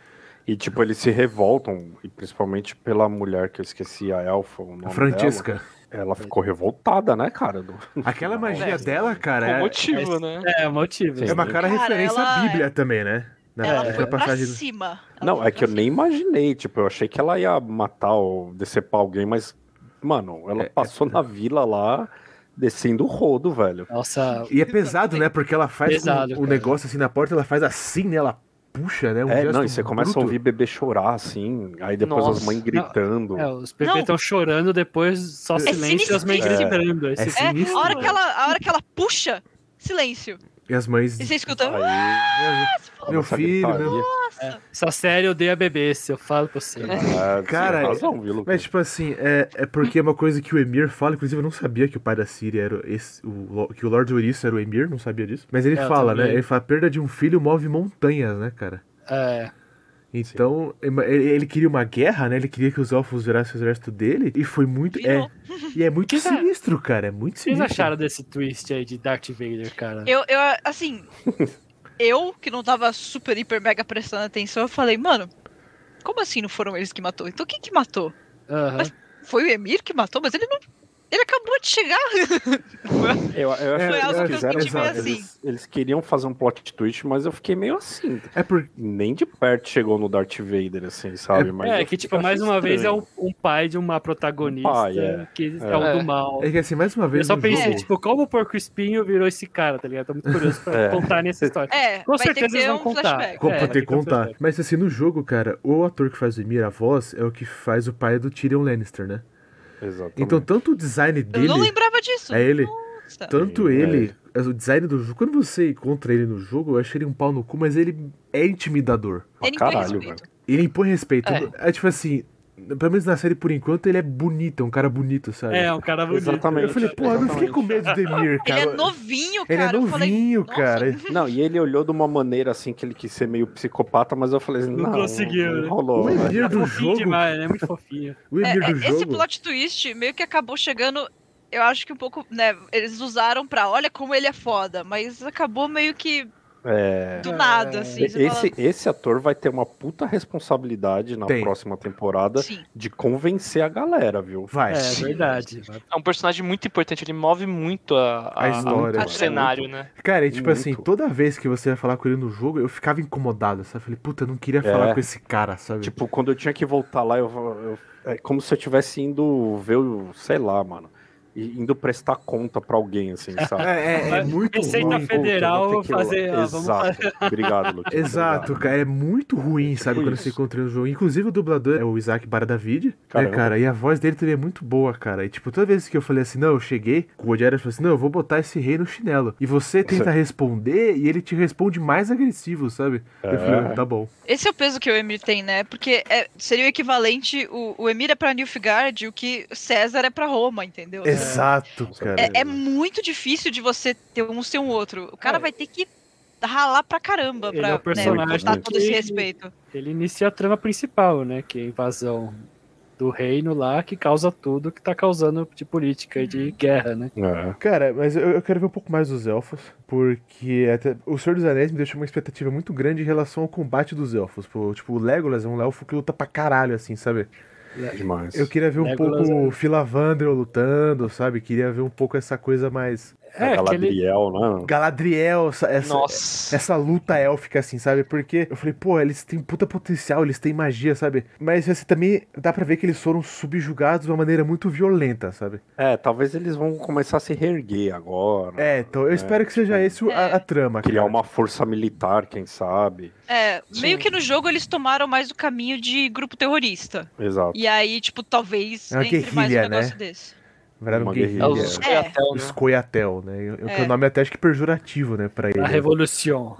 E tipo, eles se revoltam, e principalmente pela mulher que eu esqueci, a Elfa, o nome Francesca. dela. Ela ficou revoltada, né, cara? Do- Aquela Não, magia é. dela, cara, Por é, motivo, né? É, motivo. Sim. é uma cara Cara, referência à ela Bíblia também, né? Na, Ela na foi pra passagem. cima. Ela Não, foi é que eu pra nem imaginei, tipo, eu achei que ela ia matar ou decepar alguém, mas, mano, ela passou na vila lá, descendo o rodo, velho. Nossa, E é pesado, né? Porque ela faz Pesado, um, um cara. negócio assim na porta, ela faz assim, né? Ela puxa, né? Um É, gesto não, e você começa bruto. a ouvir bebê chorar, assim, aí depois as Nossa. mães gritando. é, os bebês Não. estão chorando, depois só silêncio e as mães sinistro. gritando. aí É você- cima. É, sinistro, a hora, né? que ela, a hora que ela puxa, silêncio. E as mães. E você escuta. "Ah, Aí, Meu começa a filho, gritaria. meu- Essa série odeia bebê, se eu falo pra você. É, você Cara, tem razão, viu, Lucas? Mas, tipo assim, é, é porque é uma coisa que o Emir fala. Inclusive, eu não sabia que o pai da Síria era esse. O, Lo- que o Lorde Ouriço era o Emir, não sabia disso. Mas ele É, eu fala, né? também. Ele fala: perda de um filho move montanhas, né, cara? É, Então, ele- ele queria uma guerra, né? Ele queria que os elfos virassem o exército dele. E foi muito. É, Virou. e é muito Que sa- sinistro, cara. É muito o que vocês sinistro. acharam desse twist aí de Darth Vader, cara? Eu, eu, assim, eu que não tava super, hiper, mega prestando atenção, eu falei, mano, como assim não foram eles que matou? Então quem que matou? Aham. Mas- Foi o Emir que matou, mas ele não. Ele acabou de chegar. Eu, eu acho Foi que algo eles tipo, que eu quiseram. senti meio eles- assim. eles queriam fazer um plot twist, mas eu fiquei meio assim. É por... Nem de perto chegou no Darth Vader, assim, sabe? Mas é, eu que tipo, achei mais uma vez é estranho. um, um pai de uma protagonista Um pai, é. que é, É. o do mal. é que assim, mais uma Eu vez. só no pensei, jogo- tipo, como o Porco Espinho virou esse cara, tá ligado? Tô muito curioso pra É. contar nessa história. É, Com vai ter certeza que eles ter vão um contar. flashback. Como É, pra vai ter ter que contar. flashback. Mas assim, no jogo, cara, o ator que faz o Emir, a voz, é o que faz o pai do Tyrion Lannister, né? Exatamente. Então, tanto o design Eu dele. não lembrava disso. É ele. Nossa. Tanto Sim, ele. O design do jogo. Quando você encontra ele no jogo, eu achei ele um pau no cu, mas ele é intimidador. Pra Ele impõe caralho, respeito. velho. Ele impõe respeito. É. É, tipo assim, Pelo menos na série, por enquanto, ele é bonito, é um cara bonito, sabe? É, um cara bonito. Exatamente. Eu falei, pô, eu não fiquei com medo do Demir, cara. Ele é novinho, Ele é cara. Eu falei, novinho, "Nossa, é, cara. Não, e ele olhou de uma maneira assim que ele quis ser meio psicopata, mas eu falei assim, Não não, conseguiu, né? não rolou. O né? Emir do fofinho jogo. demais, né? Muito fofinho. O Emir É, do é, esse jogo. plot twist meio que acabou chegando. Eu acho que um pouco, né? Eles usaram pra olha como ele é foda, mas acabou meio que É. do nada, assim. você fala, Esse, esse ator vai ter uma puta responsabilidade na Tem. próxima temporada Sim. de convencer a galera, viu? Vai. É, verdade. É um personagem muito importante, ele move muito a, A história, o mano. cenário, né? Cara, e tipo Muito. assim, toda vez que você ia falar com ele no jogo, eu ficava incomodado, sabe? Eu Falei, puta, eu não queria É. falar com esse cara, sabe? Tipo, quando eu tinha que voltar lá, eu, eu- é como se eu tivesse indo ver, o- sei lá, mano. e- Indo prestar conta pra alguém, assim, sabe? é, é, é Mas muito Receita ruim. Puta, eu vou Federal, ter que ir lá. fazer, ó, vamos Exato. Obrigado, Luquinha. Exato, cara, é muito ruim, sabe, Tipo quando isso. você encontra no jogo. Inclusive o dublador é o Isaac Baradavid, né, Caramba. cara, e a voz dele também é muito boa, cara. E tipo, toda vez que eu falei assim, não, eu cheguei, o Odiário falou assim, não, eu vou botar esse rei no chinelo. E você tenta é. responder e ele te responde mais agressivo, sabe? Eu falei, "Ah, tá bom. Esse é o peso que o Emir tem, né? Porque é- seria o equivalente. O, o Emir é pra Nilfgaard e o que César é pra Roma, entendeu? Exato, cara. É, é muito difícil de você ter um ser um outro. O cara É. vai ter que ralar pra caramba Ele pra é o né, personagem conquistar que- todo esse respeito. Ele inicia a trama principal, né? Que é a invasão do reino lá, que causa tudo que tá causando de política e de guerra, né? É. Cara, mas eu, eu quero ver um pouco mais dos elfos, porque até o Senhor dos Anéis me deixou uma expectativa muito grande em relação ao combate dos elfos. Pô, Tipo, o Legolas é um elfo que luta pra caralho, assim, sabe? é, Demais. Eu quandrel queria ver Né, um Legolas pouco é- o Filavandro lutando, sabe? Queria ver um pouco essa coisa mais. É, É, que ele, Galadriel, né? Galadriel, essa, essa, Nossa. essa luta élfica, assim, sabe? Porque eu falei, pô, eles têm puta potencial, eles têm magia, sabe? Mas assim, também dá pra ver que eles foram subjugados de uma maneira muito violenta, sabe? É, talvez eles vão começar a se reerguer agora. É, então eu espero que seja esse o- a, a trama. Criar cara. uma força militar, quem sabe. É, meio que no jogo eles tomaram mais o caminho de grupo terrorista. Exato. E aí, tipo, talvez É uma entre mais um guerrilha, né? negócio desse. Viraram Uma É guerrilha. os guerrilha. escoiatel, né? Escoiatel, né? Eu- eu- que É. O nome até acho que pejorativo, né, pra ele. a revolução.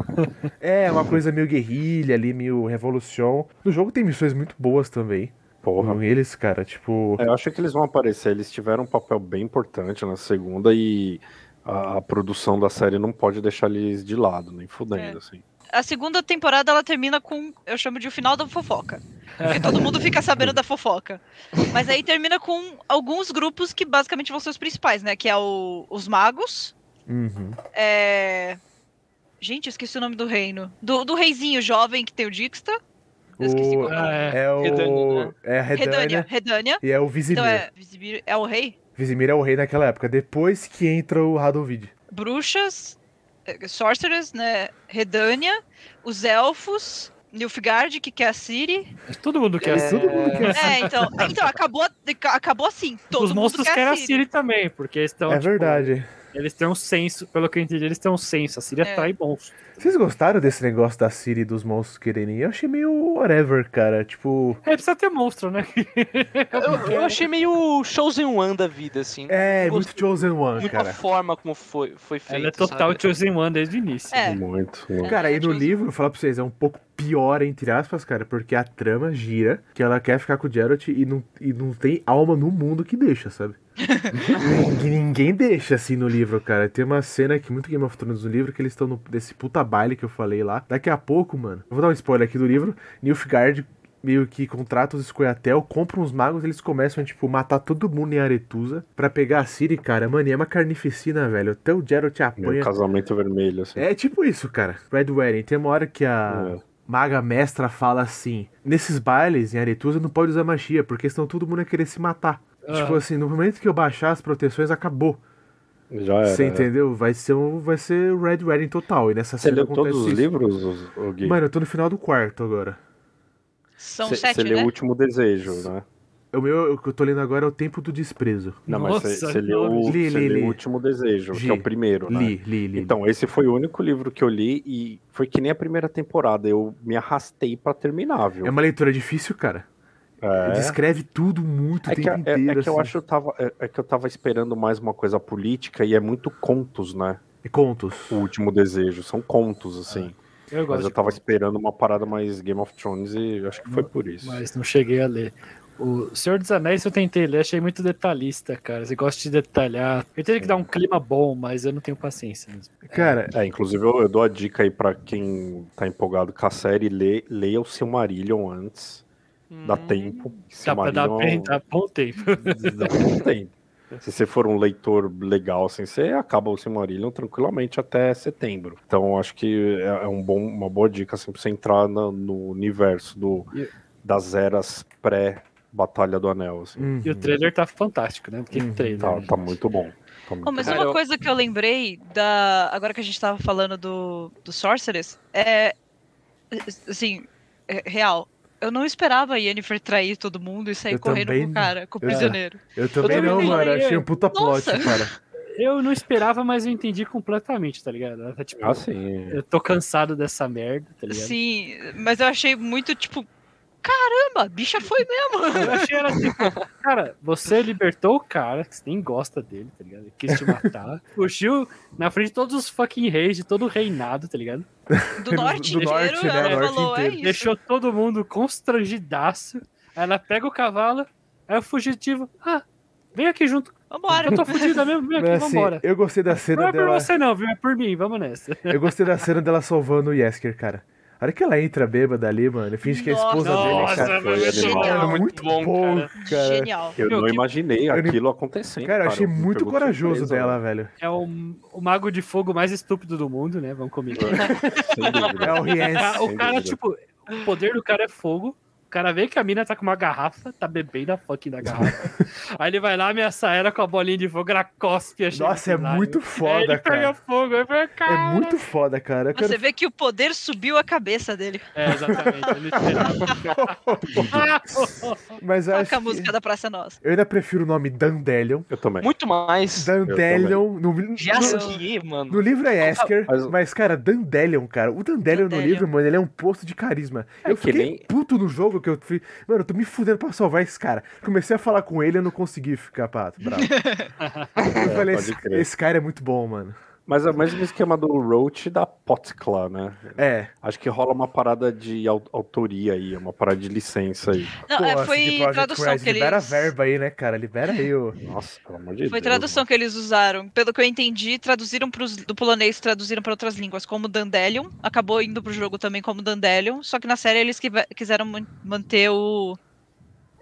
É, uma coisa meio guerrilha ali, meio revolução. No jogo tem missões muito boas também. Porra. Com eles, cara, tipo... É, Eu acho que eles vão aparecer. Eles tiveram um papel bem importante na segunda e a, a produção da série não pode deixar eles de lado, nem É. fudendo, assim. A segunda temporada ela termina com, eu chamo de o final da fofoca. Porque todo mundo fica sabendo da fofoca. Mas aí termina com alguns grupos que basicamente vão ser os principais, né? Que é o- os magos. Uhum. É. Gente, eu esqueci o nome do reino. Do, do reizinho jovem que tem o Dixta. Eu esqueci O- qual é o nome. Ah, é. É o... Redânia, né? É a Redânia. Redânia. Redânia. E é o Vizimir. Então é. Vizimir é o rei? Vizimir é o rei naquela época, depois que entra o Radovid. bruxas, eh, sorcerers, né? Redânia, os elfos, Nilfgaard, que quer a Ciri. Todo mundo quer assim. Todo mundo quer... É, então, então acabou, acabou assim. Todo Os mundo monstros quer querem a Siri também, porque eles estão. É verdade. eles têm um senso, pelo que eu entendi, eles têm um senso. A Siri É. atrai monstros. Vocês gostaram desse negócio da Siri e dos monstros quererem? Eu achei meio whatever, cara. Tipo... É, precisa ter monstro, né? Eu, eu achei meio Chosen One da vida, assim. É, Eu muito gostei Chosen One, muito cara. a forma como foi, foi feito. Ela é total sabe? Chosen One desde o início. um É. Muito. né? Cara, e no Justo. livro, vou falar pra vocês, é um pouco pior, entre aspas, cara, porque a trama gira que ela quer ficar com o Geralt e não, e não tem alma no mundo que deixa, sabe? ninguém, ninguém deixa assim no livro, cara. Tem uma cena que muito Game of Thrones no livro que eles estão no- nesse puta baile que eu falei lá. Daqui a pouco, mano, eu vou dar um spoiler aqui do livro, Nilfgaard meio que contrata os Scoia'tael, compra uns magos, eles começam a, tipo, matar todo mundo em Aretusa pra pegar a Ciri, cara. Mano, e é uma carnificina, velho. Até o Geralt Meu apanha casamento vermelho, assim. é tipo isso, cara. Red Wedding. Tem uma hora que a É. maga mestra fala assim: nesses bailes em Aretusa não pode usar magia, porque senão todo mundo ia querer se matar. Ah. Tipo assim, no momento que eu baixar as proteções, acabou. Já era. Você é. entendeu? Vai ser um, vai ser o Red Wedding total. E nessa Você cena leu acontece todos os isso. livros, os- o Gui? Mano, eu tô no final do quarto agora. São Você- sete, Você leu né? o último desejo, né? O meu, o que eu tô lendo agora é o Tempo do Desprezo. Não, mas você- Nossa, você leu o- li, você li, leu li. o último desejo, que Gi, é o primeiro, né? Li, li, li. Então, esse foi o único livro que eu li e foi que nem a primeira temporada. Eu me arrastei pra terminar, viu? é uma leitura difícil, cara. É. Descreve tudo muito É o que, tempo é- é inteiro. que eu assim. acho que eu tava, é, é que eu tava esperando mais uma coisa política e é muito contos, né? E Contos. O último desejo. São contos, assim. Eu gosto. Mas eu de tava contos, esperando uma parada mais Game of Thrones e eu acho que foi por isso. Mas não cheguei a ler. O Senhor dos Anéis eu tentei ler, achei muito detalhista, cara. Você gosta de detalhar. Eu teria que dar um clima bom, mas eu não tenho paciência mesmo. Cara, É, inclusive eu, eu dou a dica aí pra quem tá empolgado com a série, lê, leia o Silmarillion antes. Dá tempo. Hum. Dá pra dar Silmarillion é bem, um- dá bom tempo. dá um tempo. Se você for um leitor legal, assim, você acaba o Silmarillion tranquilamente até setembro. Então, eu acho que é é um bom, uma boa dica, assim, pra você entrar na- no universo do, E- das eras pré-Batalha do Anel, assim. uhum. E o trailer tá fantástico, né? Que trailer. Tá, né? tá muito bom. Tá muito Oh, mas bom. Cara, uma eu- coisa que eu lembrei da. Agora que a gente tava falando do, do Sorceress, é. Assim, é real. Eu não esperava a Yennefer trair todo mundo e sair Eu correndo também não. com o cara, com o Eu- prisioneiro. eu também eu não, também mano. não li. Achei um puta plot, Nossa. cara. Eu não esperava, mas eu entendi completamente, tá ligado? Ela tá tipo, Ah, sim. eu tô cansado dessa merda, tá ligado? Sim, mas eu achei muito tipo. Caramba, a bicha foi né, mesmo. Eu achei ela tipo, cara, você libertou o cara, que você nem gosta dele, tá ligado? Ele quis te matar. Fugiu na frente de todos os fucking reis, de todo o reinado, tá ligado? Do norte Do norte, inteiro, né? ela Norte falou, inteiro. é isso. Deixou todo mundo constrangidaço. Aí Ela pega o cavalo, aí o fugitivo, ah, vem aqui junto. Vambora. Eu tô fudida mesmo, vem aqui, Mas, assim, vambora. eu gostei da Não cena é por dela. você não, viu? É por mim, vamos nessa. Eu gostei da cena dela salvando o Yesker, cara. A hora que ela entra bêbada ali, mano, e finge que é a esposa Nossa, dele, nossa, cara. foi animal. Muito bom, cara. Genial. Eu Meu, não que- imaginei eu nem- aquilo acontecendo. Cara, eu achei eu me muito pegou de corajoso surpresa, dela, velho. É o, o mago de fogo mais estúpido do mundo, né? Vamos comigo. sem dúvida. É o Rienz. Ca- o Sem cara, dúvida. tipo, o poder do cara é fogo. O cara vê que a mina tá com uma garrafa, tá bebendo a fucking da garrafa. Aí ele vai lá, ameaça ela com a bolinha de fogo, ela cospe a gente. Nossa, é lá. muito Aí foda, ele pega cara. fogo, aí pega, É cara. muito foda, cara. Eu Você quero... vê que o poder subiu a cabeça dele. É, exatamente. ele tira. Mas eu acho Toca a que... música da Praça Nossa. Eu ainda prefiro o nome Dandelion. Eu também. Muito mais. Dandelion. No, no, Jasquier, mano. no livro é Esker, Mas- mas, cara, Dandelion, cara. O Dandelion, no Dandelion. livro, mano, ele é um posto de carisma. É eu que fiquei nem- puto no jogo que eu fui. Mano, eu tô me fudendo pra salvar esse cara. Comecei a falar com ele e eu não consegui ficar pato. Bravo. eu É, falei, pode esse, crer. esse cara é muito bom, mano. Mas é o mesmo esquema do Roach e da Potcla, né? É. Acho que rola uma parada de au- autoria aí, uma parada de licença aí. Não, é, Pô, assim, CD foi Projekt tradução Red, que eles... Libera a verba aí, né, cara? Libera aí o. Nossa, pelo amor de Foi Deus. tradução que eles usaram. Pelo que eu entendi, traduziram pros, do polonês, traduziram para outras línguas, como Dandelion. Acabou indo pro jogo também como Dandelion. Só que na série eles quive- quiseram man- manter o.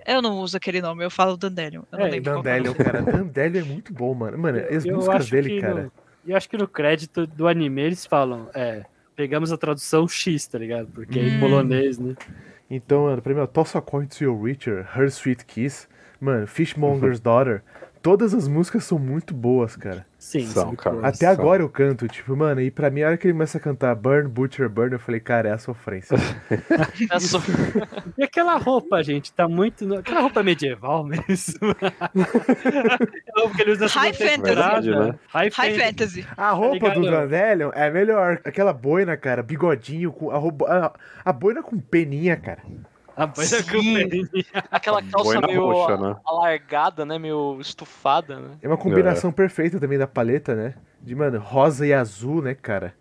Eu não uso aquele nome, eu falo Dandelion. Eu não É, lembro qual que é o Dandelion, nome. cara. Dandelion é muito bom, mano. Mano, as músicas dele, que cara. No, eu acho que no crédito do anime eles falam, é, pegamos a tradução X, tá ligado? Porque é em polonês, né? Então, mano, pra mim, ó, Toss a Coin to Your Richer, Her Sweet Kiss, mano, Fishmonger's Daughter, todas as músicas são muito boas, cara. Sim, é São, sim, cara. claro. Até Nossa. agora eu canto, tipo, mano, e pra mim, a hora que ele começa a cantar Burn, Butcher, Burn, eu falei, cara, é a sofrência. É só- E aquela roupa, gente, tá muito. no- Aquela roupa medieval mesmo. É roupa que ele usa na segunda High fantasy. temporada. Verdade, né? High, High fantasy. Fantasy. A roupa do ligado? Dandelion é melhor. Aquela boina, cara, bigodinho, com a, roupa, a, a boina com peninha, cara. A coisa que eu Sim. perdi. Aquela calça Boina meio roxa, né? alargada, né? Meio estufada, né? É uma combinação perfeita também da paleta, né? De, mano, rosa e azul, né, cara?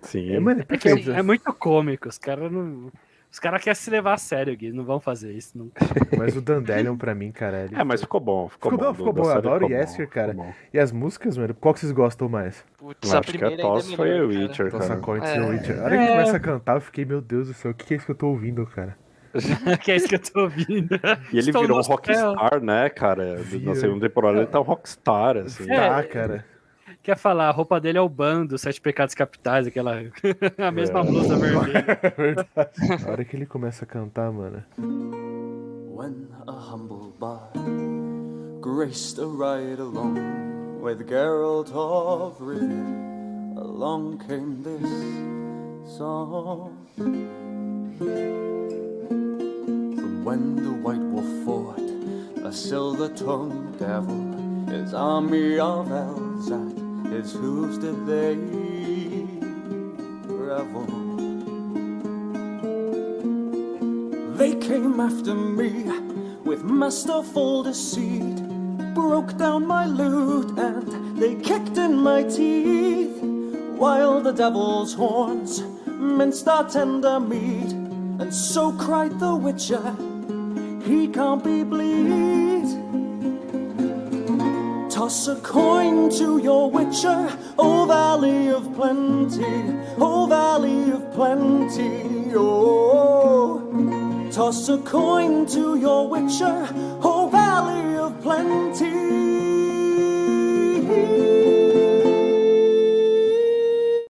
Sim. É, mano, é É, que perfeito. é muito cômico. Os caras não. Os caras querem se levar a sério, Gui. Não vão fazer isso. Não. Mas o Dandelion, pra mim, cara, ele... É, mas ficou bom. Ficou, Ficou bom, do- ficou da bom, eu série adoro ficou bom, Yesker, cara. ficou bom. E as músicas, mano, qual que vocês gostam mais? Putz, Eu a acho que a primeira ainda Toss é foi o melhor, cara. Witcher, Nossa, cara. Coins É. é. Richard. A hora que É. começa a cantar, eu fiquei, meu Deus do céu, o que que é isso que eu tô ouvindo, cara? que é isso que eu tô ouvindo. E ele Estou virou um no hotel. rockstar, né, cara? Do- Na Vira. segunda temporada ele tá um rockstar, assim. É. Tá, cara. Quer falar, a roupa dele é o bando, Sete Pecados Capitais, aquela. a mesma É. blusa vermelha. É verdade. A hora que ele começa a cantar, mano. When a humble bard graced a ride along with Geralt of Rivia, along came this song. From when the White Wolf fought a silver-tongued devil, his army of elves at his hooves did they revel. They came after me with masterful deceit, broke down my loot, and they kicked in my teeth. While the devil's horns minced our tender meat, and so cried the witcher, he can't be bleed. Toss a coin to your witcher, O Valley of Plenty, O Valley of Plenty, oh. Toss a coin to your witcher, O Valley of Plenty,